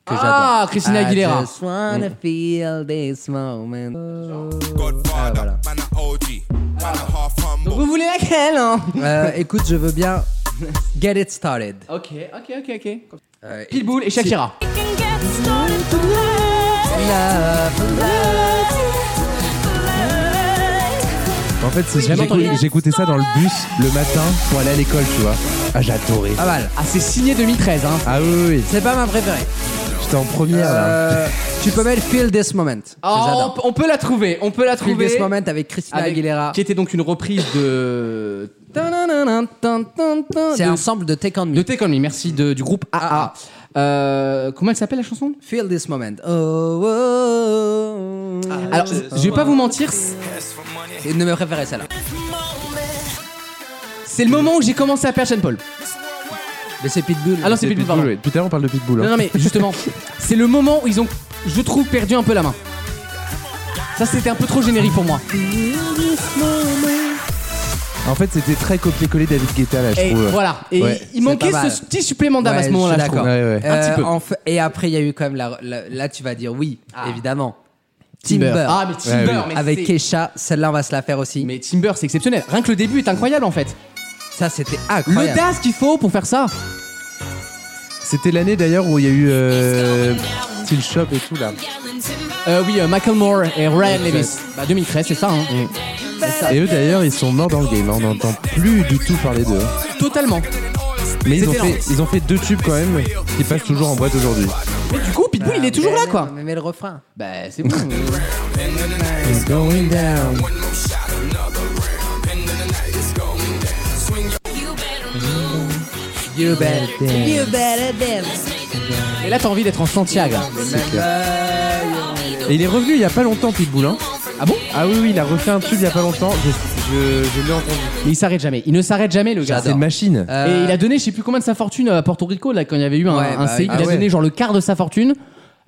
Que Ah, j'adore. Christina Aguilera. Mm. I just wanna feel this moment. Ah, voilà. Donc vous voulez laquelle hein Euh, écoute, je veux bien Get It Started. Ok, ok, ok, ok. Euh, Pitbull et Shakira. En fait, c'est- jamais j'écou- entendu. j'écoutais ça dans le bus le matin pour aller à l'école, tu vois. Ah, j'adorais. Pas mal. Ah, c'est signé 2013, hein. Ah oui, oui, C'est pas ma préférée. oui. j'étais en première là. Euh, tu peux mettre Feel This Moment. que Oh, J'adore. on, on peut la trouver, on peut la Feel trouver. This Moment avec Christina Avec- Aguilera. Qui était donc une reprise de. C'est C'est un sample de Take On Me. De Take On Me, merci, de- du groupe Ah. AA. Euh, comment elle s'appelle la chanson Feel This Moment. Oh, oh, oh. Alors, Ah, je vais pas vous mentir, c- C'est une de mes préférées, celle-là. c'est le moment où j'ai commencé à perdre Sean Paul. Mais c'est Pitbull. Ah non, c'est Pitbull, pardon. ouais. Tout à l'heure, on parle de Pitbull. hein. Non, non, mais justement, c'est le moment où ils ont, je trouve, perdu un peu la main. Ça, c'était un peu trop générique pour moi. En fait, c'était très copier-coller David Guetta là, je Et trouve. voilà. Et Ouais. il manquait pas mal. ce petit supplément d'âme Ouais, à ce je moment-là, suis je trouve. d'accord. Euh, Ouais, ouais. Un petit peu. en fait- et après, il y a eu quand même la, la- Là, tu vas dire oui, évidemment. Timber. Timber. Ah, mais Timber, Ouais, oui. Ah. mais avec c'est- Kesha, celle-là, on va se la faire aussi. Mais Timber, c'est exceptionnel. Rien que le début est incroyable en fait. ça, c'était Le incroyable. DAS qu'il faut pour faire ça. C'était l'année d'ailleurs où il y a eu euh, Steel Shop et tout là. Euh, oui, euh, Macklemore et Ryan Lewis. Bah 2013, c'est ça. Hein. Mm. Et eux d'ailleurs, ils sont morts dans le game. hein. On n'entend plus du tout parler d'eux. hein. Totalement. Mais ils ont, C'était fait, ils ont fait deux tubes quand même qui passent toujours en boîte aujourd'hui. Mais du coup, Pitbull, il est toujours là quoi. Bah, Mais, mais le refrain. Bah c'est bon. You better dance. You better dance. et là, t'as envie d'être en Santiago. Euh, Et il est revenu il y a pas longtemps, Pitbull. Hein. Ah bon Ah oui, oui, il a refait un tube il y a pas longtemps. Je, je, je l'ai entendu. Mais il s'arrête jamais. Il ne s'arrête jamais, le gars. C'est une machine. Euh, Et il a donné, je sais plus combien de sa fortune euh, à Porto Rico, là, quand il y avait eu un, Ouais, un bah, CI. Il ah a ouais. donné genre le quart de sa fortune.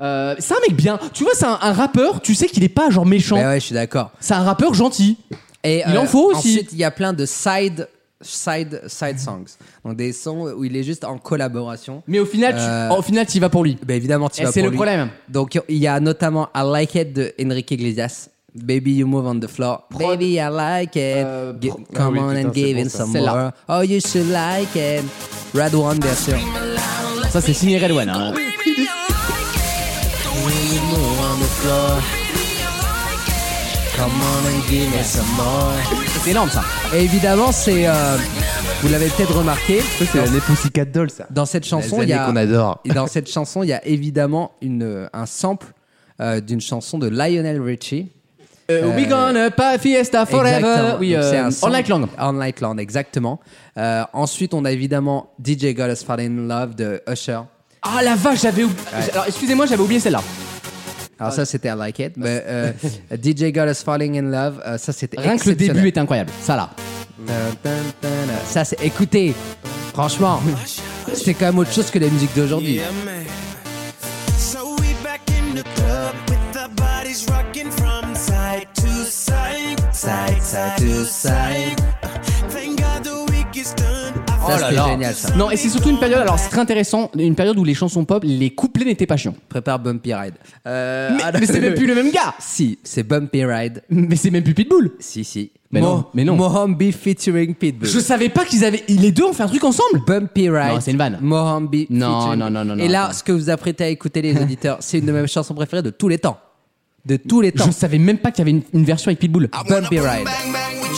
Euh, c'est un mec bien. Tu vois, c'est un, un rappeur, tu sais qu'il est pas genre méchant. Mais Bah Ben ouais, je suis d'accord. C'est un rappeur gentil. Et, euh, Il en faut aussi. Ensuite, il y a plein de side, side, side songs. Donc des sons où il est juste en collaboration. Mais au final, tu, Euh, au final, tu y vas pour lui. Ben évidemment, tu Et vas c'est pour le lui. problème. Donc il y a notamment I Like It de Enrique Iglesias. Baby, you move on the floor. Baby, I like it. Euh, Get- pro- come Ah oui, on putain, and c'est give bon, it ça. some more. Celle-là. Oh, you should like it. Red One, bien sûr. Ça, c'est signé Red One. hein. you move on the floor. Come on and give me some more. C'est énorme ça. Et évidemment, c'est. euh, vous l'avez peut-être remarqué. euh, C'est l'année Pussycat Doll, ça. Dans cette chanson, il y a. qu'on adore. Et dans cette chanson, il y a évidemment une, un sample euh, d'une chanson de Lionel Richie. Euh, We gonna pa fiesta forever. Euh, Exactement. Oui, Donc, c'est un euh, sample- on like long. On Like Land, exactement. Euh, ensuite, on a évidemment DJ Got Us Fall in Love de Usher. Ah la vache, j'avais oublié. Alors excusez-moi, j'avais oublié celle-là. Alors ça, c'était I Like It. Mais euh, DJ Got Us Falling in Love, euh, ça, c'était Rien que le exceptionnel. début est incroyable. Ça là. Tan, tan, tan, tan. Ça, c'est écoutez, franchement, c'est quand même autre chose que la musique d'aujourd'hui. So we back in the club with our bodies rocking from side to side, side, side to side. Thank God the week is done. I Ça, c'était génial, ça. Non, et c'est surtout une période. Alors c'est très intéressant, une période où les chansons pop, les couplets n'étaient pas chiants. Prépare Bumpy Ride. Euh, Mais, ah, non. mais c'est même plus le même gars. Si, c'est Bumpy Ride. Mais c'est même plus Pitbull. Si, si. Mais non, mais non. Mohambi featuring Pitbull. Je savais pas qu'ils avaient. Les deux ont fait un truc ensemble. Bumpy Ride. Non, c'est une vanne. Mohambi. Non, featuring- non, non, non, Et non, là, attends. ce que vous apprêtez à écouter, les auditeurs, c'est une de mes chansons préférées de tous les temps. De tous les temps. Je Ah, savais même pas qu'il y avait une, une version avec Pitbull. Bumpy Ride.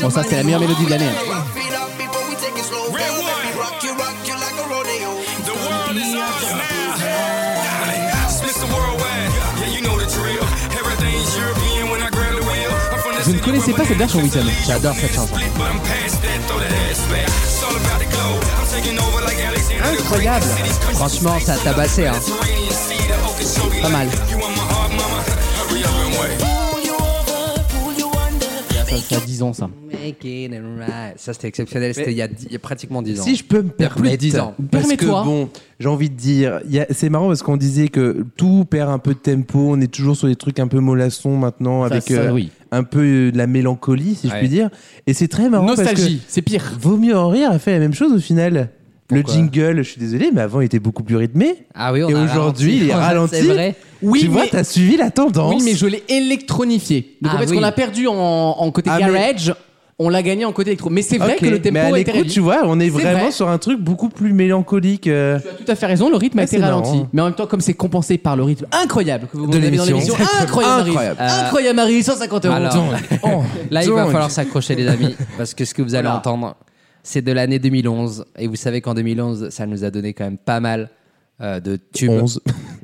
Bon, ça, c'est la meilleure mélodie de l'année. hein. Je ne connaissais pas cette version, Wilson. J'adore cette chanson. Incroyable. Franchement, ça a tabassé. Hein. Pas mal. Ça, Ah, ça a 10 ans, ça. Making it right. Ça, c'était exceptionnel. C'était il y, a dix- il y a pratiquement 10 ans. Si je peux me Il y a plus de permettre, 10 ans. parce que Permets-toi. bon, j'ai envie de dire, il y a- c'est marrant parce qu'on disait que tout perd un peu de tempo, on est toujours sur des trucs un peu mollassons maintenant, avec ça, oui. un peu euh, de la mélancolie, si je Ouais. puis dire. Et c'est très marrant Nostalgie, c'est pire. parce que Vaut mieux en rire a fait la même chose au final. Pourquoi le jingle, je suis désolé, mais avant il était beaucoup plus rythmé. Ah oui, on Et a aujourd'hui, il est ralenti. ralenti. C'est vrai. Oui, tu vois, mais- t'as suivi la tendance. Oui, mais je l'ai électronifié. Donc Ah en fait, ce oui. qu'on a perdu en, en côté Ah, mais- garage, on l'a gagné en côté électro. Mais c'est vrai Ok, que le tempo mais à a été l'écoute, réduit. tu vois, on est, C'est vraiment vrai. sur un truc beaucoup plus mélancolique. euh, Tu as tout à fait raison, le rythme a Ah, été c'est ralenti. marrant. Mais en même temps, comme c'est compensé par le rythme incroyable que vous De avez dans l'émission. l'émission, incroyable, Marie. Incroyable. Euh, incroyable, Marie, 150 euros. Alors, là, il va Donc. falloir s'accrocher, les amis, parce que ce que vous allez Voilà. entendre, c'est de l'année 2011. Et vous savez qu'en 2011, ça nous a donné quand même pas mal euh, de tubes. 11.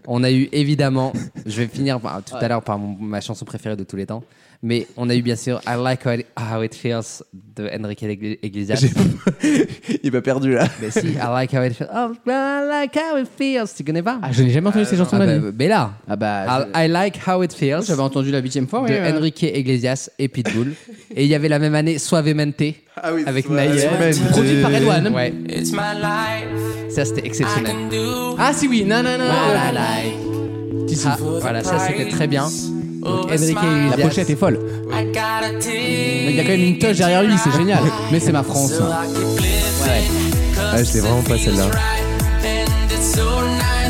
On a eu évidemment, je vais finir par- tout à l'heure par mon- ma chanson préférée de tous les temps, mais on a eu bien sûr I Like How It, How It Feels de Enrique Igl- Iglesias. Il m'a perdu là. Mais si, I Like How It Feels. Oh, I Like How It Feels. Tu connais pas Ah, je n'ai jamais entendu ces chansons Ah de ma bah, vie. Bella. Ah bah, I, I Like How It Feels. j'avais entendu la huitième fois. euh, de Enrique Iglesias et Pitbull. et il y avait la même année Suavemente avec Naïe. Produit par Edouane. Ouais, It's my life. hein. ça c'était I exceptionnel. can do Ah si oui, non non non. Voilà, Ah, for voilà, the ça c'était price très bien. of a Enrique smile. La Iglesias. pochette est folle. I gotta Il y a quand même une touche derrière lui, c'est génial. Mais c'est ma France. hein. Ah, je l'ai vraiment pas celle-là.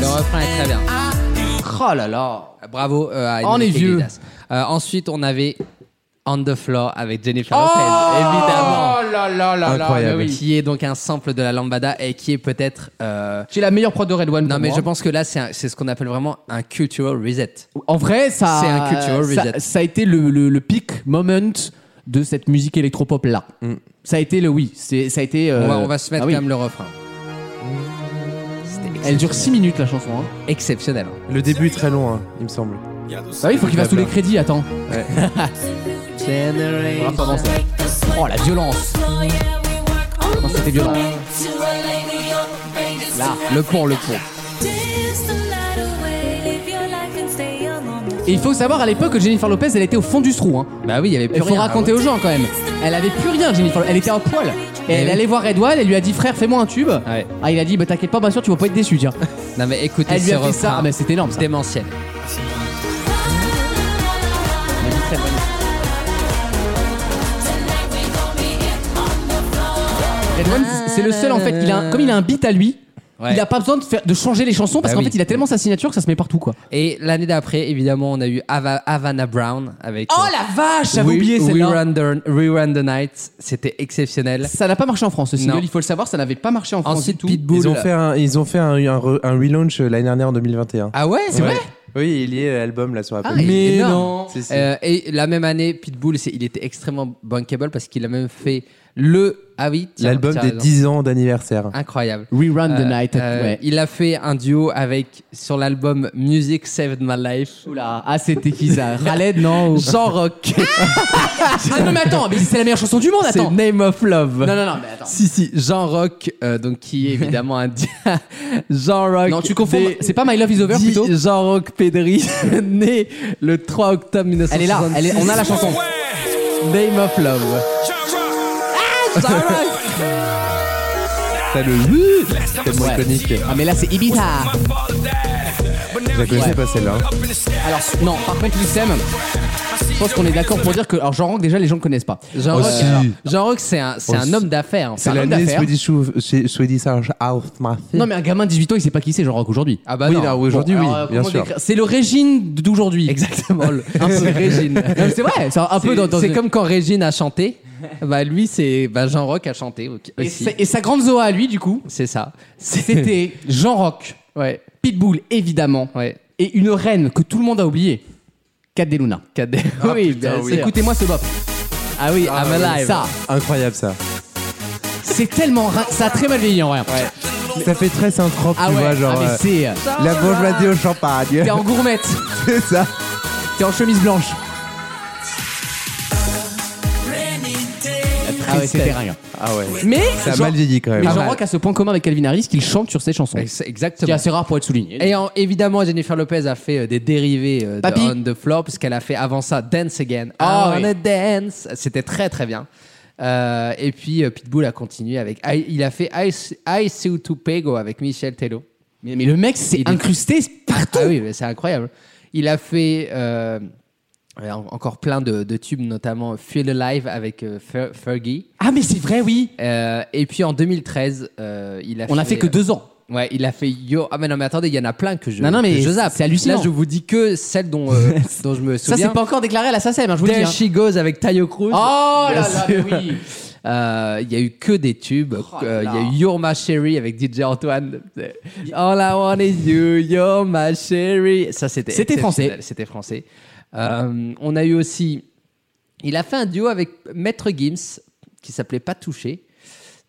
Le refrain est très bien. Oh là là. Bravo euh, à On Enrique est vieux. Iglesias. Euh, ensuite, on avait On the Floor avec Jennifer Oh Lopez, évidemment. là là Ah là Incroyable. mais oui. Qui est donc un sample de la Lambada et qui est peut-être. euh, J'ai la meilleure prod de Red One. Non, pour mais moi. je pense que là, c'est un- c'est ce qu'on appelle vraiment un cultural reset. En vrai, ça. C'est un cultural reset. ça, ça a été le, le, le peak moment de cette musique électropop là. Ça a été le oui. C'est ça a été. euh, On, va, on va se mettre ah oui. quand même le refrain. C'était Elle dure 6 exceptionnel. minutes la chanson. Hein. Exceptionnel. hein. Le début est très long, hein, il me semble. Bah oui, faut qu'il fasse tous les crédits. Attends. Generation. Oh la violence. Non, c'était violent. Là, Ah, le pont, le pont. Et il faut savoir à l'époque que Jennifer Lopez, elle était au fond du trou. Hein. Bah oui, il y avait plus Il faut rien. raconter aux gens quand même. Elle avait plus rien, Jennifer. Elle était en poil. Et Eh elle oui. allait voir Edouane, elle lui a dit frère, fais-moi un tube. Ouais. Ah, il a dit bah t'inquiète pas, bien sûr, tu vas pas être déçu, tiens. Non mais écoutez Elle lui ce a fait ça. refrain Ah, mais c'est énorme. Ça. démentiel. Edouane, c'est le seul en fait. Il a, un- comme il a un beat à lui, Ouais. il a pas besoin de, faire, de changer les chansons parce Bah qu'en oui. fait, il a tellement sa signature que ça se met partout quoi. Et l'année d'après, évidemment, on a eu Ava- Havana Brown avec. Oh euh, la vache, j'avais We- oublié We, celle-là. Run the- We Run the Night. C'était exceptionnel. Ça n'a pas marché en France, ce single, Non. il faut le savoir, ça n'avait pas marché en France. Ensuite, du tout. Pitbull. Ils ont fait un, ils ont fait un, un re- un relaunch euh, l'année dernière en 2021. Ah ouais, c'est Ouais. vrai Oui, il y a l'album là sur Apple. Ah, il est Mais énorme. non. Si, si. Euh, et la même année, Pitbull, c'est- il était extrêmement bankable parce qu'il a même fait le. Ah oui, tiens, L'album t'as des raison. 10 ans Ah, d'anniversaire. Incroyable. Rerun the Euh, night. euh, ouais. Il a fait un duo avec sur l'album Music Saved My Life. Oula, ah c'était qui ça Raled non ou- Jean Rock. Ah non mais attends, mais c'est la meilleure chanson du monde, C'est attends. Name of Love. Non non non, mais attends. Si si, Jean Rock, euh, donc qui est évidemment un di- Jean Rock. Non, tu confonds. des- C'est pas My Love Is Over dit plutôt Jean Rock Pedri, né le 3 octobre Elle est 1966. là, elle est- on a la chanson. Name of Love. Ça le c'est tellement Ouais. iconique. Ah mais là c'est Ibiza. Je la connaissais pas celle-là. hein. Alors non, par contre Wissem, je pense qu'on est d'accord pour dire que alors Jean Rock déjà les gens le connaissent pas. Jean Oh, Rock, si. alors, Jean Rock, c'est un, c'est Oh, un si. homme d'affaires. C'est un homme l'année d'affaires. Swedish House- chez- Swedish House House Non mais un gamin de 18 ans, il sait pas qui c'est Jean Rock aujourd'hui. Ah bah Oui, non. là, aujourd'hui, oui, alors, bien comment sûr. décrire- C'est le Régine d'aujourd'hui. Exactement. le- Un peu Régine. Non, mais C'est vrai, c'est un peu C'est- dans, dans c'est une- comme quand Régine a chanté. Bah lui, c'est bah, Jean Rock a chanté au- Et, aussi. sa- et sa grande Zoa à lui, du coup, C'est ça. c'était Jean Rock, Ouais. Pitbull, évidemment, Ouais. et une reine que tout le monde a oubliée, Cat de Luna. Cat des- oui, bien sûr. écoutez-moi ce bop. Ah oui, I'm alive. Ça, Incroyable ça. c'est tellement. ra- Ça a très mal vieilli en vrai. Ça fait très synthrope, Ah tu ouais, vois, genre. ah, mais euh, c'est. euh, la bourgeoisie au champagne. T'es en gourmette, C'est ça. t'es en chemise blanche. Ah ouais, c'était rien. Ah ouais. Mais. Ça a Jean- mal vieilli quand Mais même. Jean Rock a ce point commun avec Calvin Harris qu'il chante sur ses chansons. Ex- C'est Exactement. assez rare pour être souligné. Et en- évidemment, Jennifer Lopez a fait euh, des dérivés euh, Papy. de On the Floor, puisqu'elle a fait avant ça Dance Again. Ah I oui. wanna dance. C'était très très bien. Euh, et puis euh, Pitbull a continué avec. I- il a fait I, I See You to Pego avec Michel Tello. Mais, mais le mec s'est Il est- incrusté partout. Ah oui, mais c'est incroyable. Il a fait euh, euh, en- encore plein de, de tubes, notamment Feel Alive avec euh, Fer- Fergie. Ah mais c'est vrai, oui. Euh, et puis en 2013, euh, il a On a fait que deux ans. Ouais, il a fait Yo. Ah mais non, mais attendez, il y en a plein que je. Non, non, mais que je zappe. c'est hallucinant. Là, je vous dis que celle dont euh, dont je me Ça souviens. c'est pas encore déclaré à la SACEM, hein, je vous le dis. There hein. She Goes avec Tayo Cruz. Oh Bien là là, mais sûr. oui. Euh, Il y a eu que des tubes. Oh Euh, Il là. y a eu You're My Sherry avec DJ Antoine. All I want is you, You're My Sherry. Ça, c'était. C'était français. exceptionnel. C'était français. Euh, on a eu aussi. Il a fait un duo avec Maître Gims qui s'appelait Pas Touché.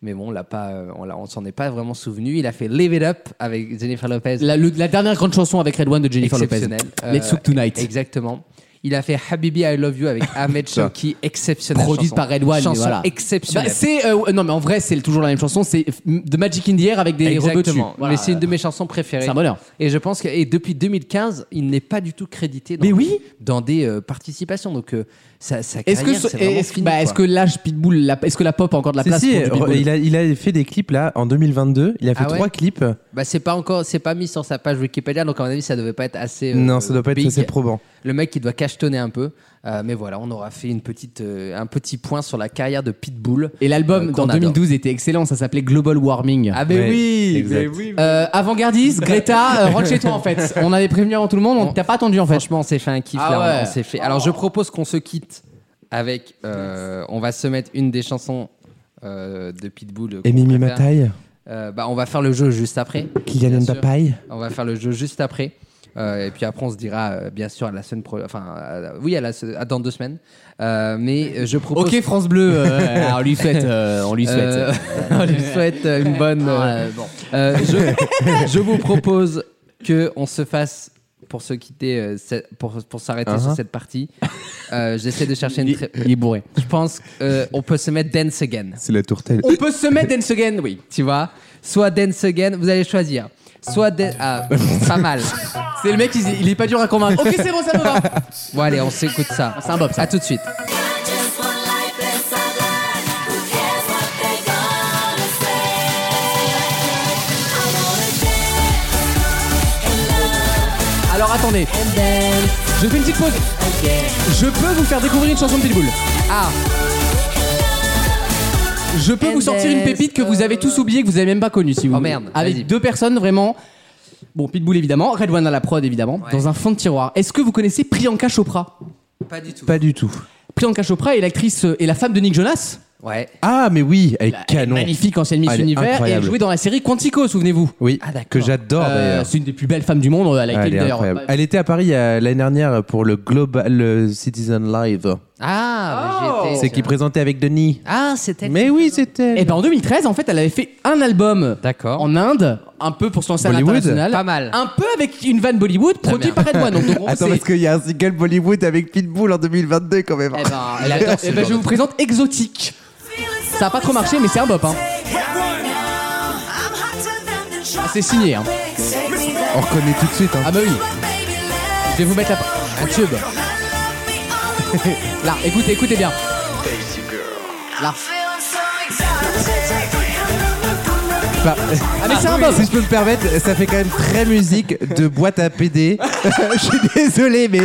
Mais bon, on l'a pas, euh, on, l'a- on s'en est pas vraiment souvenu. Il a fait Live It Up avec Jennifer Lopez. La, le- la dernière grande chanson avec Red One de Jennifer Lopez. exceptionnel. Let's Euh, Soup Tonight. Exactement. Il a fait Habibi I Love You avec Ahmed Chouki, exceptionnel. Produite chanson. par Red One, Chanson mais voilà. Bah, exceptionnelle. c'est euh, non mais en vrai c'est toujours la même chanson, c'est mm, The Magic in the Air avec des robots dessus. Exactement. Voilà. Mais c'est une de mes chansons préférées. C'est un bonheur. Et je pense que et depuis 2015, il n'est pas du tout crédité dans, Mais oui. dans des euh, participations. Donc, euh, sa, sa Est-ce que carrière, ce- c'est vraiment est-ce fini, bah, quoi. est-ce que l'âge Pitbull, la- est-ce que la pop a encore de la Si, place si, euh, pour du Pitbull il a, il a fait des clips là en 2022. Il a fait Ah ouais trois clips. Bah, c'est pas encore, c'est pas mis sur sa page Wikipédia, donc à mon avis, ça devait pas être assez. euh, non, ça doit pas être big. assez probant. Le mec, il doit cachetonner un peu. Euh, mais voilà, on aura fait une petite, euh, un petit point sur la carrière de Pitbull. Et l'album Euh, qu'on dans adore. 2012 était excellent, ça s'appelait Global Warming. Ah, mais Ouais, oui, exact. mais oui, Euh, avant-gardiste, Greta, euh, rentre chez toi en fait. On allait prévenir avant tout le monde, on t'a pas attendu en fait. Franchement, on s'est fait un kiff Ah là, on- ouais. on s'est fait. Alors, je propose qu'on se quitte avec. euh, on va se mettre une des chansons euh, de Pitbull. qu'on Et Mimi préfère. Mataille, Euh, bah, on va faire le jeu juste après. Kylian Bien sûr. Mbappé. On va faire le jeu juste après. Euh, et puis après, on se dira euh, bien sûr à la semaine prochaine. Enfin, à- oui, à la, se- à dans deux semaines. Euh, mais euh, je propose. Ok France Bleu, euh, on lui souhaite, euh, on lui souhaite. Euh, on lui souhaite euh, une bonne. euh, euh, je, je vous propose que on se fasse pour se quitter, euh, cette- pour, pour s'arrêter sur Uh-huh. cette partie. Euh, J'essaie de chercher une. très- Il est bourré. Je pense qu'on peut se mettre Dance Again. C'est la tourtelle. On peut se mettre Dance Again, oui. Tu vois, soit Dance Again, vous allez choisir. Soit Dan- ah, pas mal. C'est le mec, il, il est pas dur à convaincre. Ok, c'est bon, ça me va. Bon allez, on s'écoute ça. C'est un bop, ça. À tout de suite. Alors attendez. Je fais une petite pause. Je peux vous faire découvrir une chanson de Pitbull. Ah. Je peux vous sortir une pépite que vous avez tous oublié, que vous avez même pas connue, si vous Oh voulez. merde, vas-y. Avec deux personnes vraiment. Bon, Pitbull évidemment, Red One à la prod évidemment, dans un fond de tiroir. Est-ce que vous connaissez Priyanka Chopra Pas du tout. Pas du tout. Priyanka Chopra est l'actrice euh, et la femme de Nick Jonas. Ouais. Ah, mais oui, elle est Elle est canon. magnifique ancienne Miss Elle est Univers et elle incroyable. jouait dans la série Quantico, souvenez-vous. Oui, Ah, d'accord. que j'adore Euh, d'ailleurs. c'est une des plus belles femmes du monde. Elle a Elle été est d'ailleurs. incroyable. Elle était à Paris euh, l'année dernière pour le Global euh, Citizen Live. Ah, mais j'y étais, C'est qui tiens. présentait avec Denis. Ah, c'était. Mais oui, c'était. Et ben en 2013, en fait, elle avait fait un album D'accord. en Inde, un peu pour se lancer à Bollywood l'international. Pas mal. Un peu avec une vanne Bollywood produit merde. par Redouane. Donc, en gros, Attends, c'est- parce qu'il y a un single Bollywood avec Pitbull en 2022 quand même. Eh ben, elle adore ce Eh ben, je vous présente Exotique. Ça a pas trop marché, mais c'est un bop. Hein. Ah, c'est signé. Hein. On reconnaît tout de suite. hein. Ah bah oui. Je vais vous mettre la un tube. Là, écoutez, écoutez bien. Là. Bah, Ah mais c'est un bop. si je peux me permettre, ça fait quand même très musique de boîte à PD. je suis désolé, mais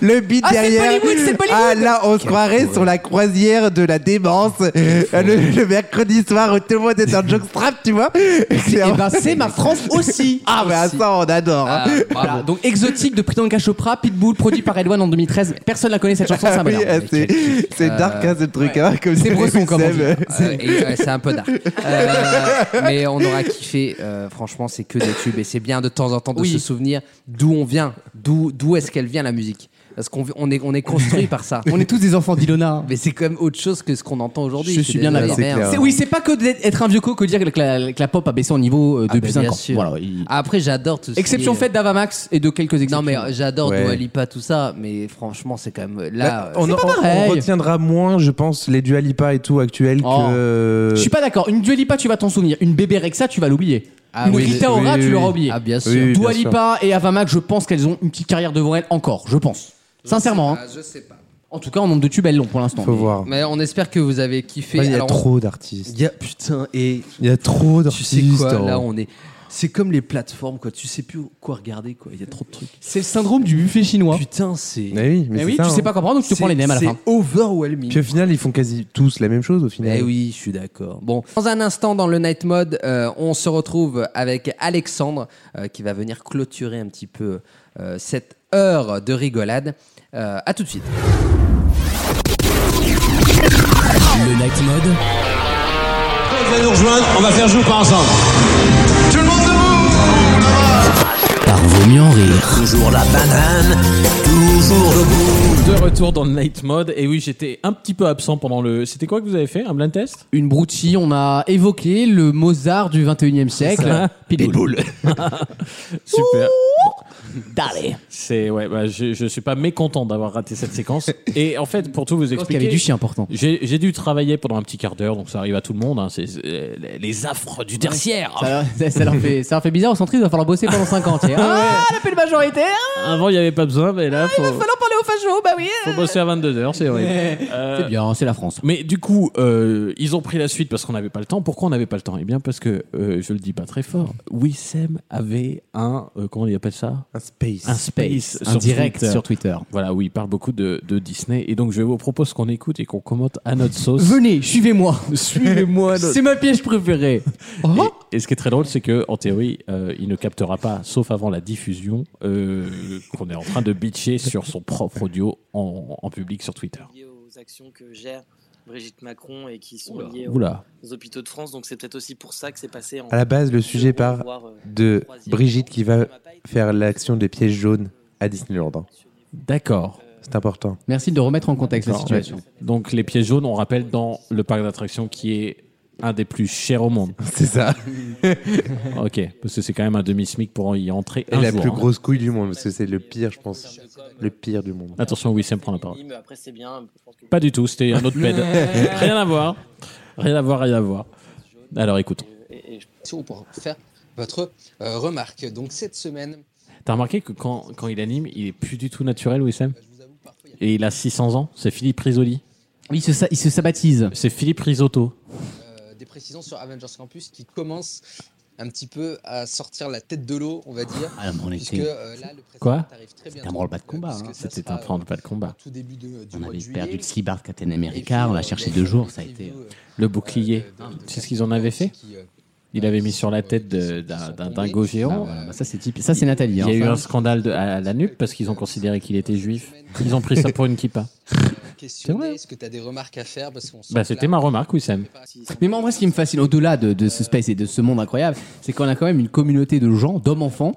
le beat Ah, c'est derrière. Bollywood, c'est Bollywood. Ah là, on se croirait sur la croisière de la démence euh, le, le mercredi soir où tout le monde est en jockstrap, tu vois. Eh Et ben c'est ma France aussi. Ah, bah Aussi. ça, on adore. hein. Ah, voilà. Donc exotique de Priyanka Chopra, Pitbull, produit par Edouane en 2013. Personne la connaît cette chanson, c'est un Ah oui, bonheur. ah, c'est c'est dark hein, ce truc. hein, comme C'est dirait bresson, comme on Wissem. dit. Euh, et, ouais, c'est un peu dark. Euh, mais on aura kiffé. Euh, franchement, c'est que des tubes et c'est bien de temps en temps de Oui. se souvenir d'où on vient, d'où d'où est-ce qu'elle vient la musique. Parce qu'on on est, on est construit par ça. On est tous des enfants d'Ilona. hein. Mais c'est quand même autre chose que ce qu'on entend aujourd'hui. Je suis bien désolé, d'accord. C'est merde. clair. C'est- Oui, c'est pas que d'être un vieux co que dire que la, que la pop a baissé en niveau euh, Ah, depuis bah, 5 bien ans. sûr. Voilà, il- Après, j'adore tout ce qui Exception est- faite d'Avamax et de quelques Non, exemples. mais euh, j'adore Ouais. Dua Lipa, tout ça. Mais franchement, c'est quand même là. Bah, on, euh, on- pas on pareil. retiendra moins, je pense, les dualipas et tout actuels Oh. que. je suis pas d'accord. Une Dualipa, tu vas t'en souvenir. Une Bébé Rexa, tu vas l'oublier. Ah une oui, Rita oui, Ora, oui, tu oui. l'auras oublié. Ah, bien sûr. Oui, oui, bien sûr. Dualipa et Avamax, je pense qu'elles ont une petite carrière devant elles encore. Je pense. Sincèrement. hein. je sais pas. En tout cas, en nombre de tubes, elles l'ont pour l'instant. Faut Mais- voir. Mais on espère que vous avez kiffé. Il y a Alors, on- trop d'artistes. Il y a, putain, et Il y a trop tu sais d'artistes. quoi, hein. là on est. C'est comme les plateformes, quoi. Tu sais plus quoi regarder, quoi. Il y a trop de trucs. C'est le syndrome du buffet chinois. Putain, c'est. Mais oui, mais Mais c'est Eh oui, ça, tu sais hein. pas comprendre, donc tu te prends les mêmes à la c'est fin. overwhelming. Puis au final, ils font quasi tous la même chose au final. Eh oui, je suis d'accord. Bon, dans un instant dans le night mode, euh, on se retrouve avec Alexandre euh, qui va venir clôturer un petit peu euh, cette heure de rigolade. Euh, à tout de suite. Le night mode, Vous allez nous rejoindre, on va faire jouer pas ensemble. par Vaut mieux en rire. De retour dans le night mode. Et oui, j'étais un petit peu absent pendant le. C'était quoi que vous avez fait Un blind test Une broutille, on a évoqué le Mozart du 21 e siècle. Pitbull. Super. Dale. C'est ouais, bah, je, je suis pas mécontent d'avoir raté cette séquence. Et en fait, pour tout vous Parce qu'il y avait expliquer, du chien important. j'ai j'ai dû travailler pendant un petit quart d'heure, donc ça arrive à tout le monde. hein. C'est c'est les- les affres du tertiaire. Ça, ça- ça leur fait, ça leur fait bizarre au centre, il va falloir bosser pendant 5 ans. tu sais. Ah, la plus majorité, ah, Avant, il n'y avait pas besoin, mais là, faut, il va falloir parler aux fachos, bah oui. faut bosser à 22 heures, c'est vrai. C'est bien, c'est la France. Mais du coup, euh, ils ont pris la suite parce qu'on n'avait pas le temps. Pourquoi on n'avait pas le temps Eh bien, parce que euh, je le dis pas très fort. Wissem avait un euh, comment il appelle ça Un space. Un space, un direct Twitter. sur Twitter. Voilà, oui, il parle beaucoup de, de Disney. Et donc, je vous propose qu'on écoute et qu'on commente à notre sauce. Venez, suivez-moi. Suivez-moi. notre- C'est ma pièce préférée. Et, et ce qui est très drôle, c'est que en théorie, euh, il ne captera pas, sauf avant la diffusion, euh, qu'on est en train de bitcher sur son propre audio en, en public sur Twitter. liées aux actions que gère Brigitte Macron et qui sont liées aux Oula. aux hôpitaux de France. Donc c'est peut-être aussi pour ça que c'est passé en. euh, À la base, le sujet part de Brigitte qui va faire l'action des pièges jaunes à Disneyland. hein. D'accord. C'est important. Merci de remettre en contexte la situation. Donc les pieds jaunes, on rappelle, dans le parc d'attractions qui est un des plus chers au monde. C'est ça. Ok, parce que c'est quand même un demi-smic pour y entrer Et un Ah, la jour, plus hein. grosse couille du monde, parce que c'est le pire, je pense. Le pire du Ah, monde. Attention, Wissem prend la parole. Mais après c'est bien. Je pense que- Pas du tout, c'était un autre ped. rien à voir. Rien à voir, rien à voir. Alors écoute, et- et je- Pour faire votre euh, remarque. Donc cette semaine, t'as remarqué que quand, quand il anime, il est plus du tout naturel, Wissem Et il a 600 ans, c'est Philippe Risoli. Il se, sa- il se sabatise. C'est Philippe Risotto. euh, des précisions sur Avengers Campus qui commence un petit peu à sortir la tête de l'eau, on va dire. Ah, mais on Puisque était. euh, là, le Quoi président arrive très Euh, bien. un branle-bas de combat, hein. C'était un plan de pas de combat. Tout début de, du On mois avait de juillet. perdu le skibard Captain Et puis, America, bah, on euh, l'a cherché il y a deux eu jours, une ça a été. preview, euh, Le bouclier. de- de- de- Tu sais ce qu'ils en avaient fait qui, euh, Il avait mis bah, sur la tête de- d'un d'un dingo Ah, géant. voilà, bah, ça, c'est typique. Ça, c'est Nathalie. Il y a hein, eu ça. un scandale de- à la nuque parce qu'ils ont considéré qu'il était juif. Ils ont pris ça pour une kippa. questionner Est-ce que tu as des remarques à faire parce qu'on sent Bah, que c'était là- ma remarque, Wissem. Mais moi, en vrai, ce qui me fascine, au-delà de, de ce space et de ce monde incroyable, c'est qu'on a quand même une communauté de gens, d'hommes-enfants.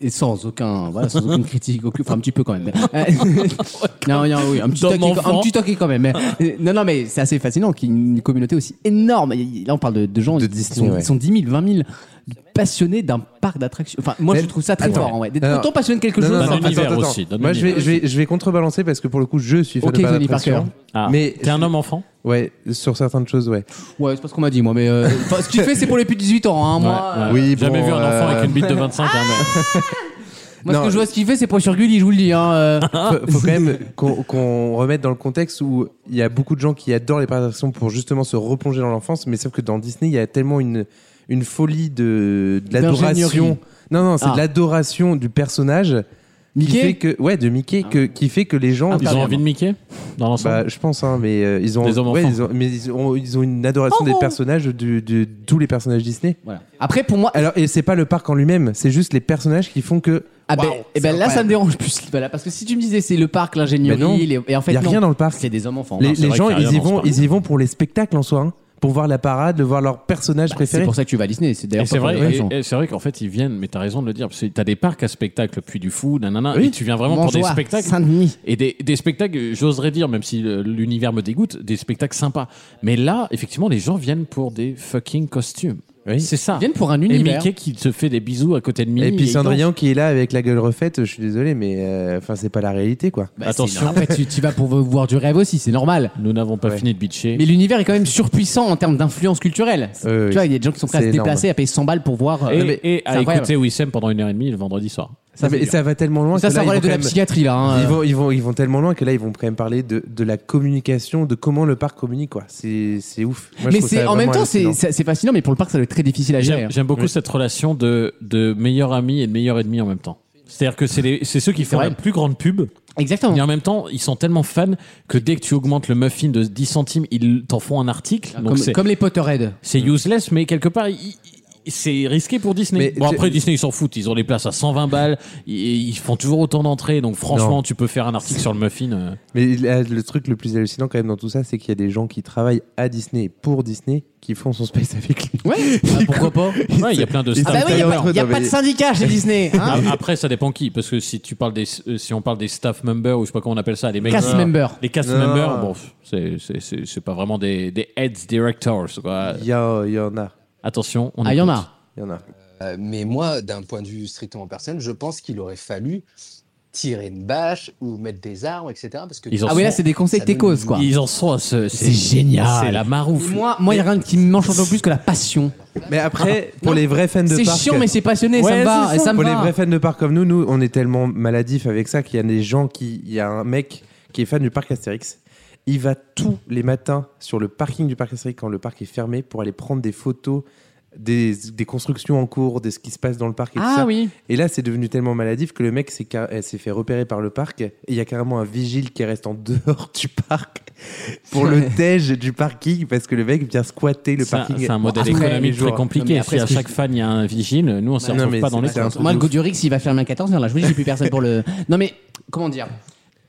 Et sans aucun, voilà, sans aucune critique, aucun- enfin un petit peu quand même. Euh, non, non, oui, un petit toqué, D'hommes-enfants. un petit toqué quand même. mais, euh, non, non, mais c'est assez fascinant qu'il y ait une communauté aussi énorme. Et Là, on parle de, de gens, ils, sont, ouais. ils sont 10 000, 20 000 passionnés d'un parc d'attractions. Enfin, moi, je trouve ça très Attends. fort. en vrai. D'être Alors- autant passionné de quelque Non, chose. non, non, ça- attends, attends, attends. Moi, je vais, je, vais, je vais contrebalancer parce que pour le coup, je suis fan Ok, de Bad Tony Parker. Attraction. Ah. Mais T'es un homme enfant Ouais, sur certaines choses, ouais. Ouais, c'est pas ce qu'on m'a dit, moi, mais euh, enfin, ce que tu fais, c'est pour les plus de 18 ans. Hein, moi, euh, Oui, Jamais bon, vu un enfant avec une bite de 25 hein, mais- moi, Non. ce que je vois, ce qu'il fait, c'est pour sur Gulli, je vous le dis. Hein, euh. faut, faut quand même qu'on qu'on remette dans le contexte où il y a beaucoup de gens qui adorent les présentations pour justement se replonger dans l'enfance, mais sauf que dans Disney, il y a tellement une, une folie de, de l'adoration. D'ingénierie. Non, non, c'est Ah. de l'adoration du personnage. qui Mickey fait que, ouais, de Mickey, que, qui fait que les gens. Ah. Ils ont envie de Mickey dans l'ensemble Bah, je pense, hein, mais euh, ils ont, Des hommes ouais, enfants. ils ont- mais ils ont, ils ont une adoration Oh des bon. personnages du- de tous les personnages Disney. Voilà. Après, pour moi. Alors, et c'est pas le parc en lui-même, c'est juste les personnages qui font que. Ah ben, Waouh, eh ben là ça c'est me incroyable. dérange plus voilà, parce que si tu me disais c'est le parc Ben non. l'ingénierie les- et en fait y a non. rien dans le parc. c'est des hommes enfants Les, Non, c'est les vrai gens, qu'il y a ils y rien dans ce vont, parc. ils y vont pour les spectacles en soi, hein. pour voir la parade, de voir leur personnage préféré. Bah, c'est pour ça que tu vas à Disney c'est Et d'ailleurs c'est pas pour vrai, des et- raisons. et c'est vrai qu'en fait ils viennent, mais t'as raison de le dire, parce que t'as des parcs à spectacle, puis du fou, nanana, Oui. et tu viens vraiment pour des Mangeoire, spectacles. Saint-Denis Et des, des spectacles, j'oserais dire, même si euh, l'univers me dégoûte, des spectacles sympas. Mais là, effectivement, les gens viennent pour des fucking costumes. C'est ils ça. Ah, viennent pour un Et univers Mickey qui se fait des bisous à côté de Minnie. Et puis il Cendrillon qui est là avec la gueule refaite, je suis désolé, mais euh, enfin c'est pas la réalité quoi. Bah, c'est- Attention. en fait tu, tu vas pour voir du rêve aussi c'est normal danse. Nous n'avons pas Ouais. fini de bitcher. mais l'univers est quand même surpuissant en termes d'influence culturelle Euh, tu vois il y a des gens qui sont prêts à C'est se énorme. déplacer à payer 100 balles pour voir euh, Et, non, mais et c'est à incroyable. écouter Wissem pendant une heure et demie le vendredi soir. Ça, mais- ça va tellement loin. ça que ça là, ils relève de vont la quand même- psychiatrie là hein. Ils vont, ils, vont, ils vont tellement loin que là, ils vont quand même parler de, de la communication, de comment le parc communique. quoi. C'est c'est ouf. Moi, je mais trouve c'est ça en même temps vraiment c'est hallucinant. c'est- c'est fascinant mais pour le parc ça doit être très difficile à gérer J'aime j'aime beaucoup cette relation de, de meilleur ami et de meilleur ennemi en même temps. C'est-à-dire que c'est les- c'est ceux qui font vrai. la plus grande pub. hein. exactement Et en même temps, ils sont tellement fans que dès que tu augmentes le muffin de 10 centimes, ils t'en font un article. Donc Ah, Comme- c'est- comme les Potterhead c'est useless, mais quelque part, il- il- c'est risqué pour Disney. Mais bon, tu- après, Disney, ils s'en foutent. Ils ont les places à 120 balles. Ils, ils font toujours autant d'entrées. Donc, franchement, Non. tu peux faire un article sur le muffin. euh. Mais là, le truc le plus hallucinant quand même dans tout ça, c'est qu'il y a des gens qui travaillent à Disney pour Disney qui font son space avec lui. ouais ah, pourquoi pas Ouais, il y a plein de ils ah stars. bah oui Ils il n'y a Non, pas de mais- syndicat chez Disney hein. Ah, Après, ça dépend qui, parce que si tu parles des, euh, si on parle des staff members ou je sais pas comment on appelle ça, les mecs, Cast Ah. member. les cast Non. members, bon, pff, c'est- c'est c'est- c'est pas vraiment des, des heads directors. Quoi. Il y, a- il y en a. Attention, on ah il y en écoute. a Il y en a. Euh, mais moi, d'un point de vue strictement personnel, je pense qu'il aurait fallu tirer une bâche ou mettre des armes, etc. Parce que Ils en ah oui là sont- c'est des conseils Ça tes donne causes quoi Ils en sont à ce. C'est génial. C'est la maroufle. Moi, moi, il y a rien qui me manque encore plus que la passion. Mais après, pour Non. les vrais fans de C'est parc. chiant, mais c'est passionné, ça me Ouais, va, c'est et ça me Pour les va. vrais fans de parc comme nous, nous, on est tellement maladifs avec ça qu'il y a des gens qui. Il y a un mec qui est fan du parc Astérix. Il va tous les matins sur le parking du parc Astérix quand le parc est fermé pour aller prendre des photos des, des constructions en cours, de ce qui se passe dans le parc et tout Ah ça. oui. Et là, c'est devenu tellement maladif que le mec s'est ca- euh, s'est fait repérer par le parc. Et il y a carrément un vigile qui reste en dehors du parc pour le tège du parking parce que le mec vient squatter le C'est un- parking. c'est un modèle après, les économique jours. très Non, compliqué. mais après, si à ce que chaque fan il y a un vigile, nous on s'y Non, retrouve mais pas dans c'est- les c'est un coins. truc Moi, de le ouf. goût du Rix, il va fermer à 14h. Là, je vous dis, j'ai plus personne pour le. Non, mais comment dire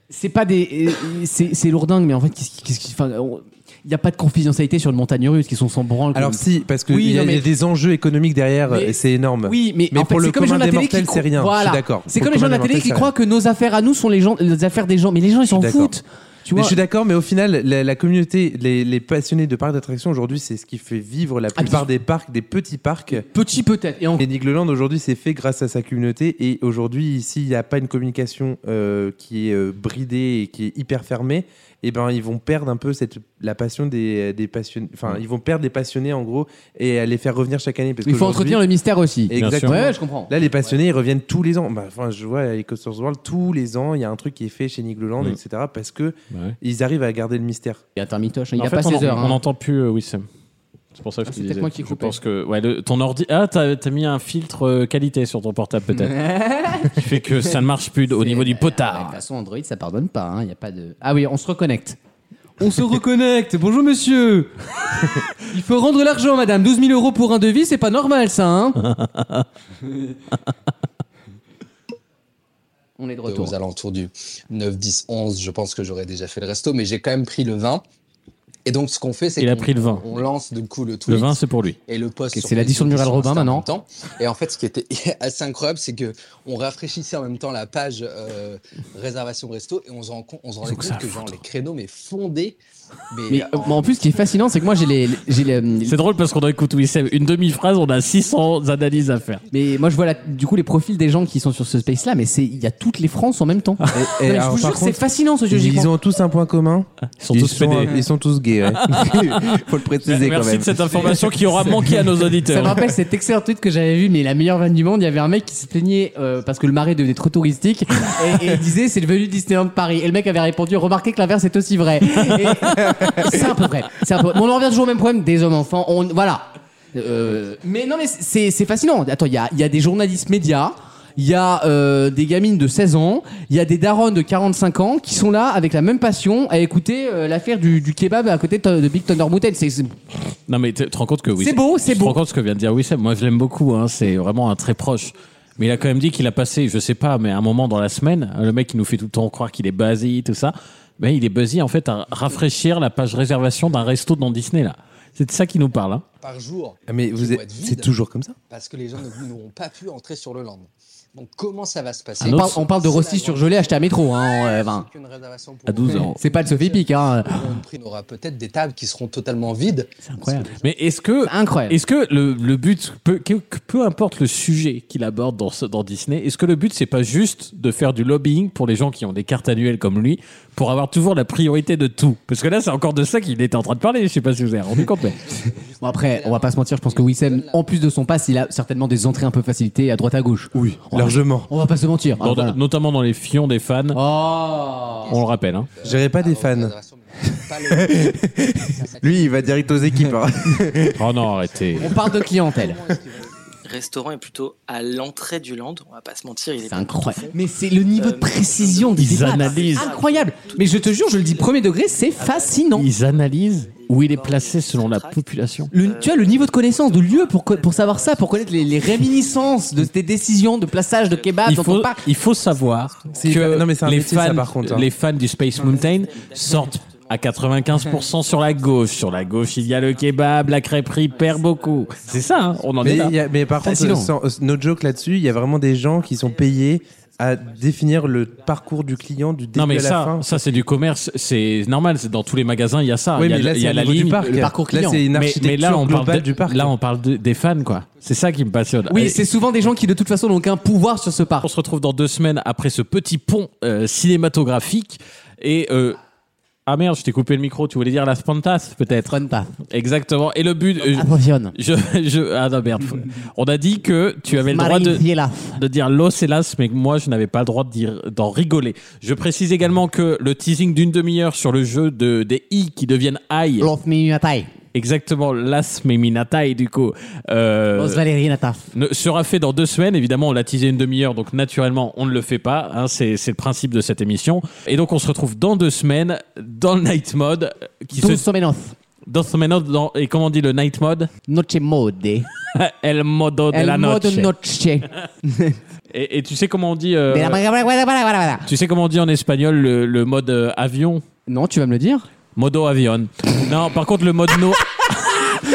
C'est pas des. euh, C'est c'est lourdingue, mais en fait, qu'est-ce qui- qu'est-ce qui. enfin, on- Il n'y a pas de confidentialité sur le montagne russe qui sont sans branle. Alors comme- si, parce qu'il Oui, y, a- non, mais- il y a des enjeux économiques derrière euh, Mais- et c'est énorme. Oui, mais, Mais en fait, pour le c'est comme les gens de commun la des télé qui mortels, c'est cro- rien, je suis Voilà. d'accord. C'est Pour comme le les gens de la commun des télé qui mortels, croient que nos affaires à nous sont les, gens, les affaires des gens. Mais les gens, ils s'en d'accord. foutent. Tu Mais vois je suis d'accord, mais au final, la, la communauté, les, les passionnés de parcs d'attractions aujourd'hui, c'est ce qui fait vivre Ah, la plupart des parcs, des petits parcs. Petit peut-être. Et en- Et Nigloland aujourd'hui, c'est fait grâce à sa communauté. Et aujourd'hui, s'il n'y a pas une communication euh, qui est euh, bridée et qui est hyper fermée, et ben ils vont perdre un peu cette la passion des, des passionnés. Enfin, ils vont perdre des passionnés en gros et à les faire revenir chaque année. Parce Il faut qu'aujourd'hui- entretenir le mystère aussi. sûr. Exactement. Ouais, je comprends. Là, les passionnés, ils reviennent tous les ans. Bah, Enfin, je vois à Coasters World, tous les ans, il y a un truc qui est fait chez Nigloland, Mm. etc. Parce que Ouais. ils arrivent à garder le mystère. Il y a un mitoche, hein, il En n'y a fait, pas on, 16 heures. on hein. n'entend plus euh, Wissem. C'est pour ça que Ah, je c'est te peut-être disais. moi qui ai je coupé. pense que ouais, le- ton ordi. Ah, t'as t'as mis un filtre euh, qualité sur ton portable peut-être, qui fait que ça ne marche plus au niveau du Ah, De potard. toute façon, Android, ça pardonne pas. hein, Il y a pas de. Ah oui, on se reconnecte. On se reconnecte. Bonjour monsieur. Il faut rendre l'argent, madame. 12 000 euros pour un devis, c'est pas normal, ça. Hein On est de retour. Aux alentours du 9, 10, 11, je pense que j'aurais déjà fait le resto, mais j'ai quand même pris le vin. Et donc, ce qu'on fait, c'est Il a qu'on- pris le vin. on lance du coup le tweet. Le vin, c'est pour lui. Et le post. Ok, sur c'est l'addition de Facebook, Muriel sur Robin, Insta en maintenant. même temps. Et en fait, ce qui était assez incroyable, c'est que on rafraîchissait en même temps la page euh, réservation resto et on se rend compte, on se rendait Ils ont que ça compte à que genre les créneaux mais fondés. Mais, Mais, euh, moi, en plus, ce qui est fascinant, c'est que moi, j'ai les. j'ai les- C'est drôle parce qu'on écoute Wissem une demi-phrase, on a 600 analyses à faire. Mais moi, je vois la- du coup les profils des gens qui sont sur ce space-là, mais c'est il y a toutes les France en même temps. Et Non, mais je vous alors, par jure, contre, c'est fascinant ce jeu. j'y hein. Ils pense. ont tous un point commun. Ah, Ils sont tous pédés. Ils sont tous gays. ouais. Faut le préciser quand même. Merci de cette information qui aura manqué à nos auditeurs. Ça me rappelle cet excellent tweet que j'avais vu, mais la meilleure vanne du monde. Il y avait un mec qui se plaignait euh, parce que le marais devenait trop touristique et, et il disait c'est devenu Disneyland Paris. Et le mec avait répondu remarquez que l'inverse est aussi vrai. Et- C'est un peu vrai. C'est un peu vrai. Mais on en revient toujours au même problème des hommes enfants. On voilà. Euh, mais non mais c'est c'est fascinant. Attends, il y a, il y a des journalistes médias. Il y a euh, des gamines de 16 ans, il y a des darons de 45 ans qui sont là avec la même passion à écouter euh, l'affaire du, du kebab à côté de, de Big Thunder Mountain. C'est- c'est- Non mais tu te rends compte que Wissem- C'est beau, Tu te rends compte ce que vient de dire Wissem. Moi je l'aime beaucoup, hein, c'est vraiment un très proche. Mais il a quand même dit qu'il a passé, je sais pas, mais un moment dans la semaine, le mec qui nous fait tout le temps croire qu'il est busy, tout ça, mais il est busy en fait à rafraîchir la page réservation d'un resto dans Disney là. C'est de ça qu'il nous parle. hein. par jour. Ah, Mais vous qui vont êtes- être c'est vides toujours comme ça Parce que les gens ne- n'auront pas pu entrer sur le land. Donc comment ça va se passer On parle, on parle de rostis surgelé acheté à métro. Hein, euh, enfin, à 12 euros. C'est pas de Sophie Pic. Hein. On aura peut-être des tables qui seront totalement vides. Incroyable. Mais est-ce que, incroyable. est-ce que le, le but, peu, que- que- peu importe le sujet qu'il aborde dans, ce- dans Disney, est-ce que le but c'est pas juste de faire du lobbying pour les gens qui ont des cartes annuelles comme lui, pour avoir toujours la priorité de tout Parce que là c'est encore de ça qu'il était en train de parler. Je sais pas si vous avez rendu compte, mais Bon, après, on va pas se mentir, je pense que Wissem, en plus de son pass, il a certainement des entrées un peu facilitées à droite à gauche. Oui, largement. On va pas se mentir. hein, Dans- voilà. notamment dans les fions des fans. On le rappelle. Hein. euh, J'irai pas des fans. Lui, il va direct aux équipes. hein. Oh non, arrêtez. On parle de clientèle. restaurant est plutôt à l'entrée du land, on va pas se mentir, il est C'est incroyable. Mais c'est le niveau de précision des Ils débats, analysent. c'est Incroyable. Mais je te jure, je le dis premier degré, c'est fascinant. Ils analysent où il est placé selon la population. Le- tu as le niveau de connaissance de lieu pour, co- pour savoir ça, pour connaître les, les réminiscences de tes décisions de plaçage de Ah, kebab Il dans faut, ton parc. il faut savoir C'est que hyper- non, mais c'est un les, métier, fans, ça, par contre, hein. les fans du Space Mountain sortent à 95% sur la gauche. Sur la gauche, il y a le kebab, la crêperie perd beaucoup. C'est ça, hein, on en Mais, est là. il y a- mais par contre, Fascinant. sans- euh, no joke là-dessus, il y a vraiment des gens qui sont payés à définir le parcours du client du début non mais à la ça, fin. ça c'est du commerce, c'est normal, c'est dans tous les magasins il y a ça, Oui, il y a, mais le- là, il y c'est a au la niveau du ligne, parc. le Là, parcours c'est client. une mais, mais là architecture on parle de- globale du parc. là on parle de- des fans quoi. C'est ça qui me passionne. Oui, Et- c'est souvent des gens qui de toute façon n'ont aucun pouvoir sur ce parc. On se retrouve dans deux semaines après ce petit pont euh, cinématographique. Et. euh, ah merde, je t'ai coupé le micro. Tu voulais dire Las Pantas, peut-être Fronta. Exactement. Et le but. euh, Attention. je, je- ah non, merde. faut- On a dit que tu avais le droit de, Marie-Fiela. de dire Los Helas, mais moi, je n'avais pas le droit de dire- d'en rigoler. Je précise également que le teasing d'une demi-heure sur le jeu de, des I qui deviennent I, Los Minutae. exactement Las Meminatai, du coup. euh, Los Valerinata. ne- sera fait dans deux semaines. Évidemment, on l'a teasé une demi-heure, donc naturellement, on ne le fait pas. hein, c'est c'est le principe de cette émission. Et donc, on se retrouve dans deux semaines dans le Night Mode. euh, Qui Dos se, Menos. dans ce mode, dans- et comment on dit le Night Mode Noche mode. El Modo de la El modo Noche. noche. Et, et tu sais comment on dit euh, De la- voilà, voilà, voilà, voilà. Tu sais comment on dit en espagnol le, le mode euh, avion Non, tu vas me le dire Modo avion. non, par contre, le mode no.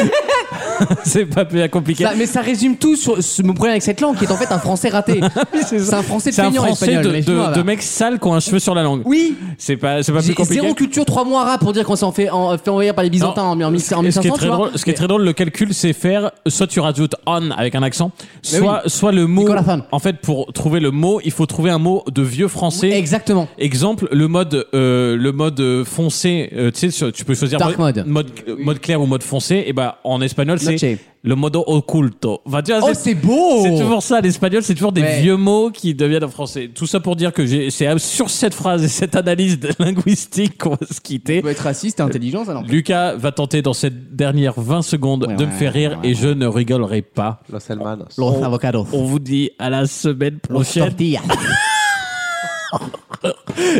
c'est pas plus compliqué. Ça- Bah, Mais ça résume tout sur ce- mon problème avec cette langue qui est en fait un français raté. c'est un français de C'est un feignant français espagnol. de, de, laisse-moi, de va. mecs sales qui ont un cheveu sur la langue. Oui, C'est pas, c'est pas plus j'ai compliqué. zéro culture, trois mois rap pour dire qu'on s'en fait, en, fait envahir par les Byzantins en, en, en Et ce, qui est 1500. tu très vois. drôle, ce qui est très drôle, le calcul, c'est faire soit tu rajoutes on avec un accent, Mais soit, soit le mot. Nicolas Fan. En fait, pour trouver le mot, il faut trouver un mot de vieux français. Exactement. Exemple, le mode, euh, le mode euh, foncé, euh, tu sais, sur- tu peux choisir Dark mode. mode, mode clair ou mode foncé. Et ben en espagnol, c'est Noche. le modo occulto. Enfin, tu vois, Oh, c'est- c'est beau c'est toujours ça, l'espagnol, c'est toujours des Ouais. vieux mots qui deviennent en français. Tout ça pour dire que j'ai- c'est sur cette phrase et cette analyse de- linguistique qu'on va se quitter. Tu peux être raciste et intelligent, ça non Lucas va tenter dans cette dernière 20 secondes Ouais, de me ouais, faire rire ouais, ouais. et je ne rigolerai pas. Los Hermanos. Los avocados. On vous dit à la semaine Los prochaine tortillas.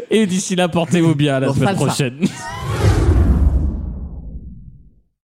et d'ici là portez-vous bien à la Los semaine salsa. prochaine.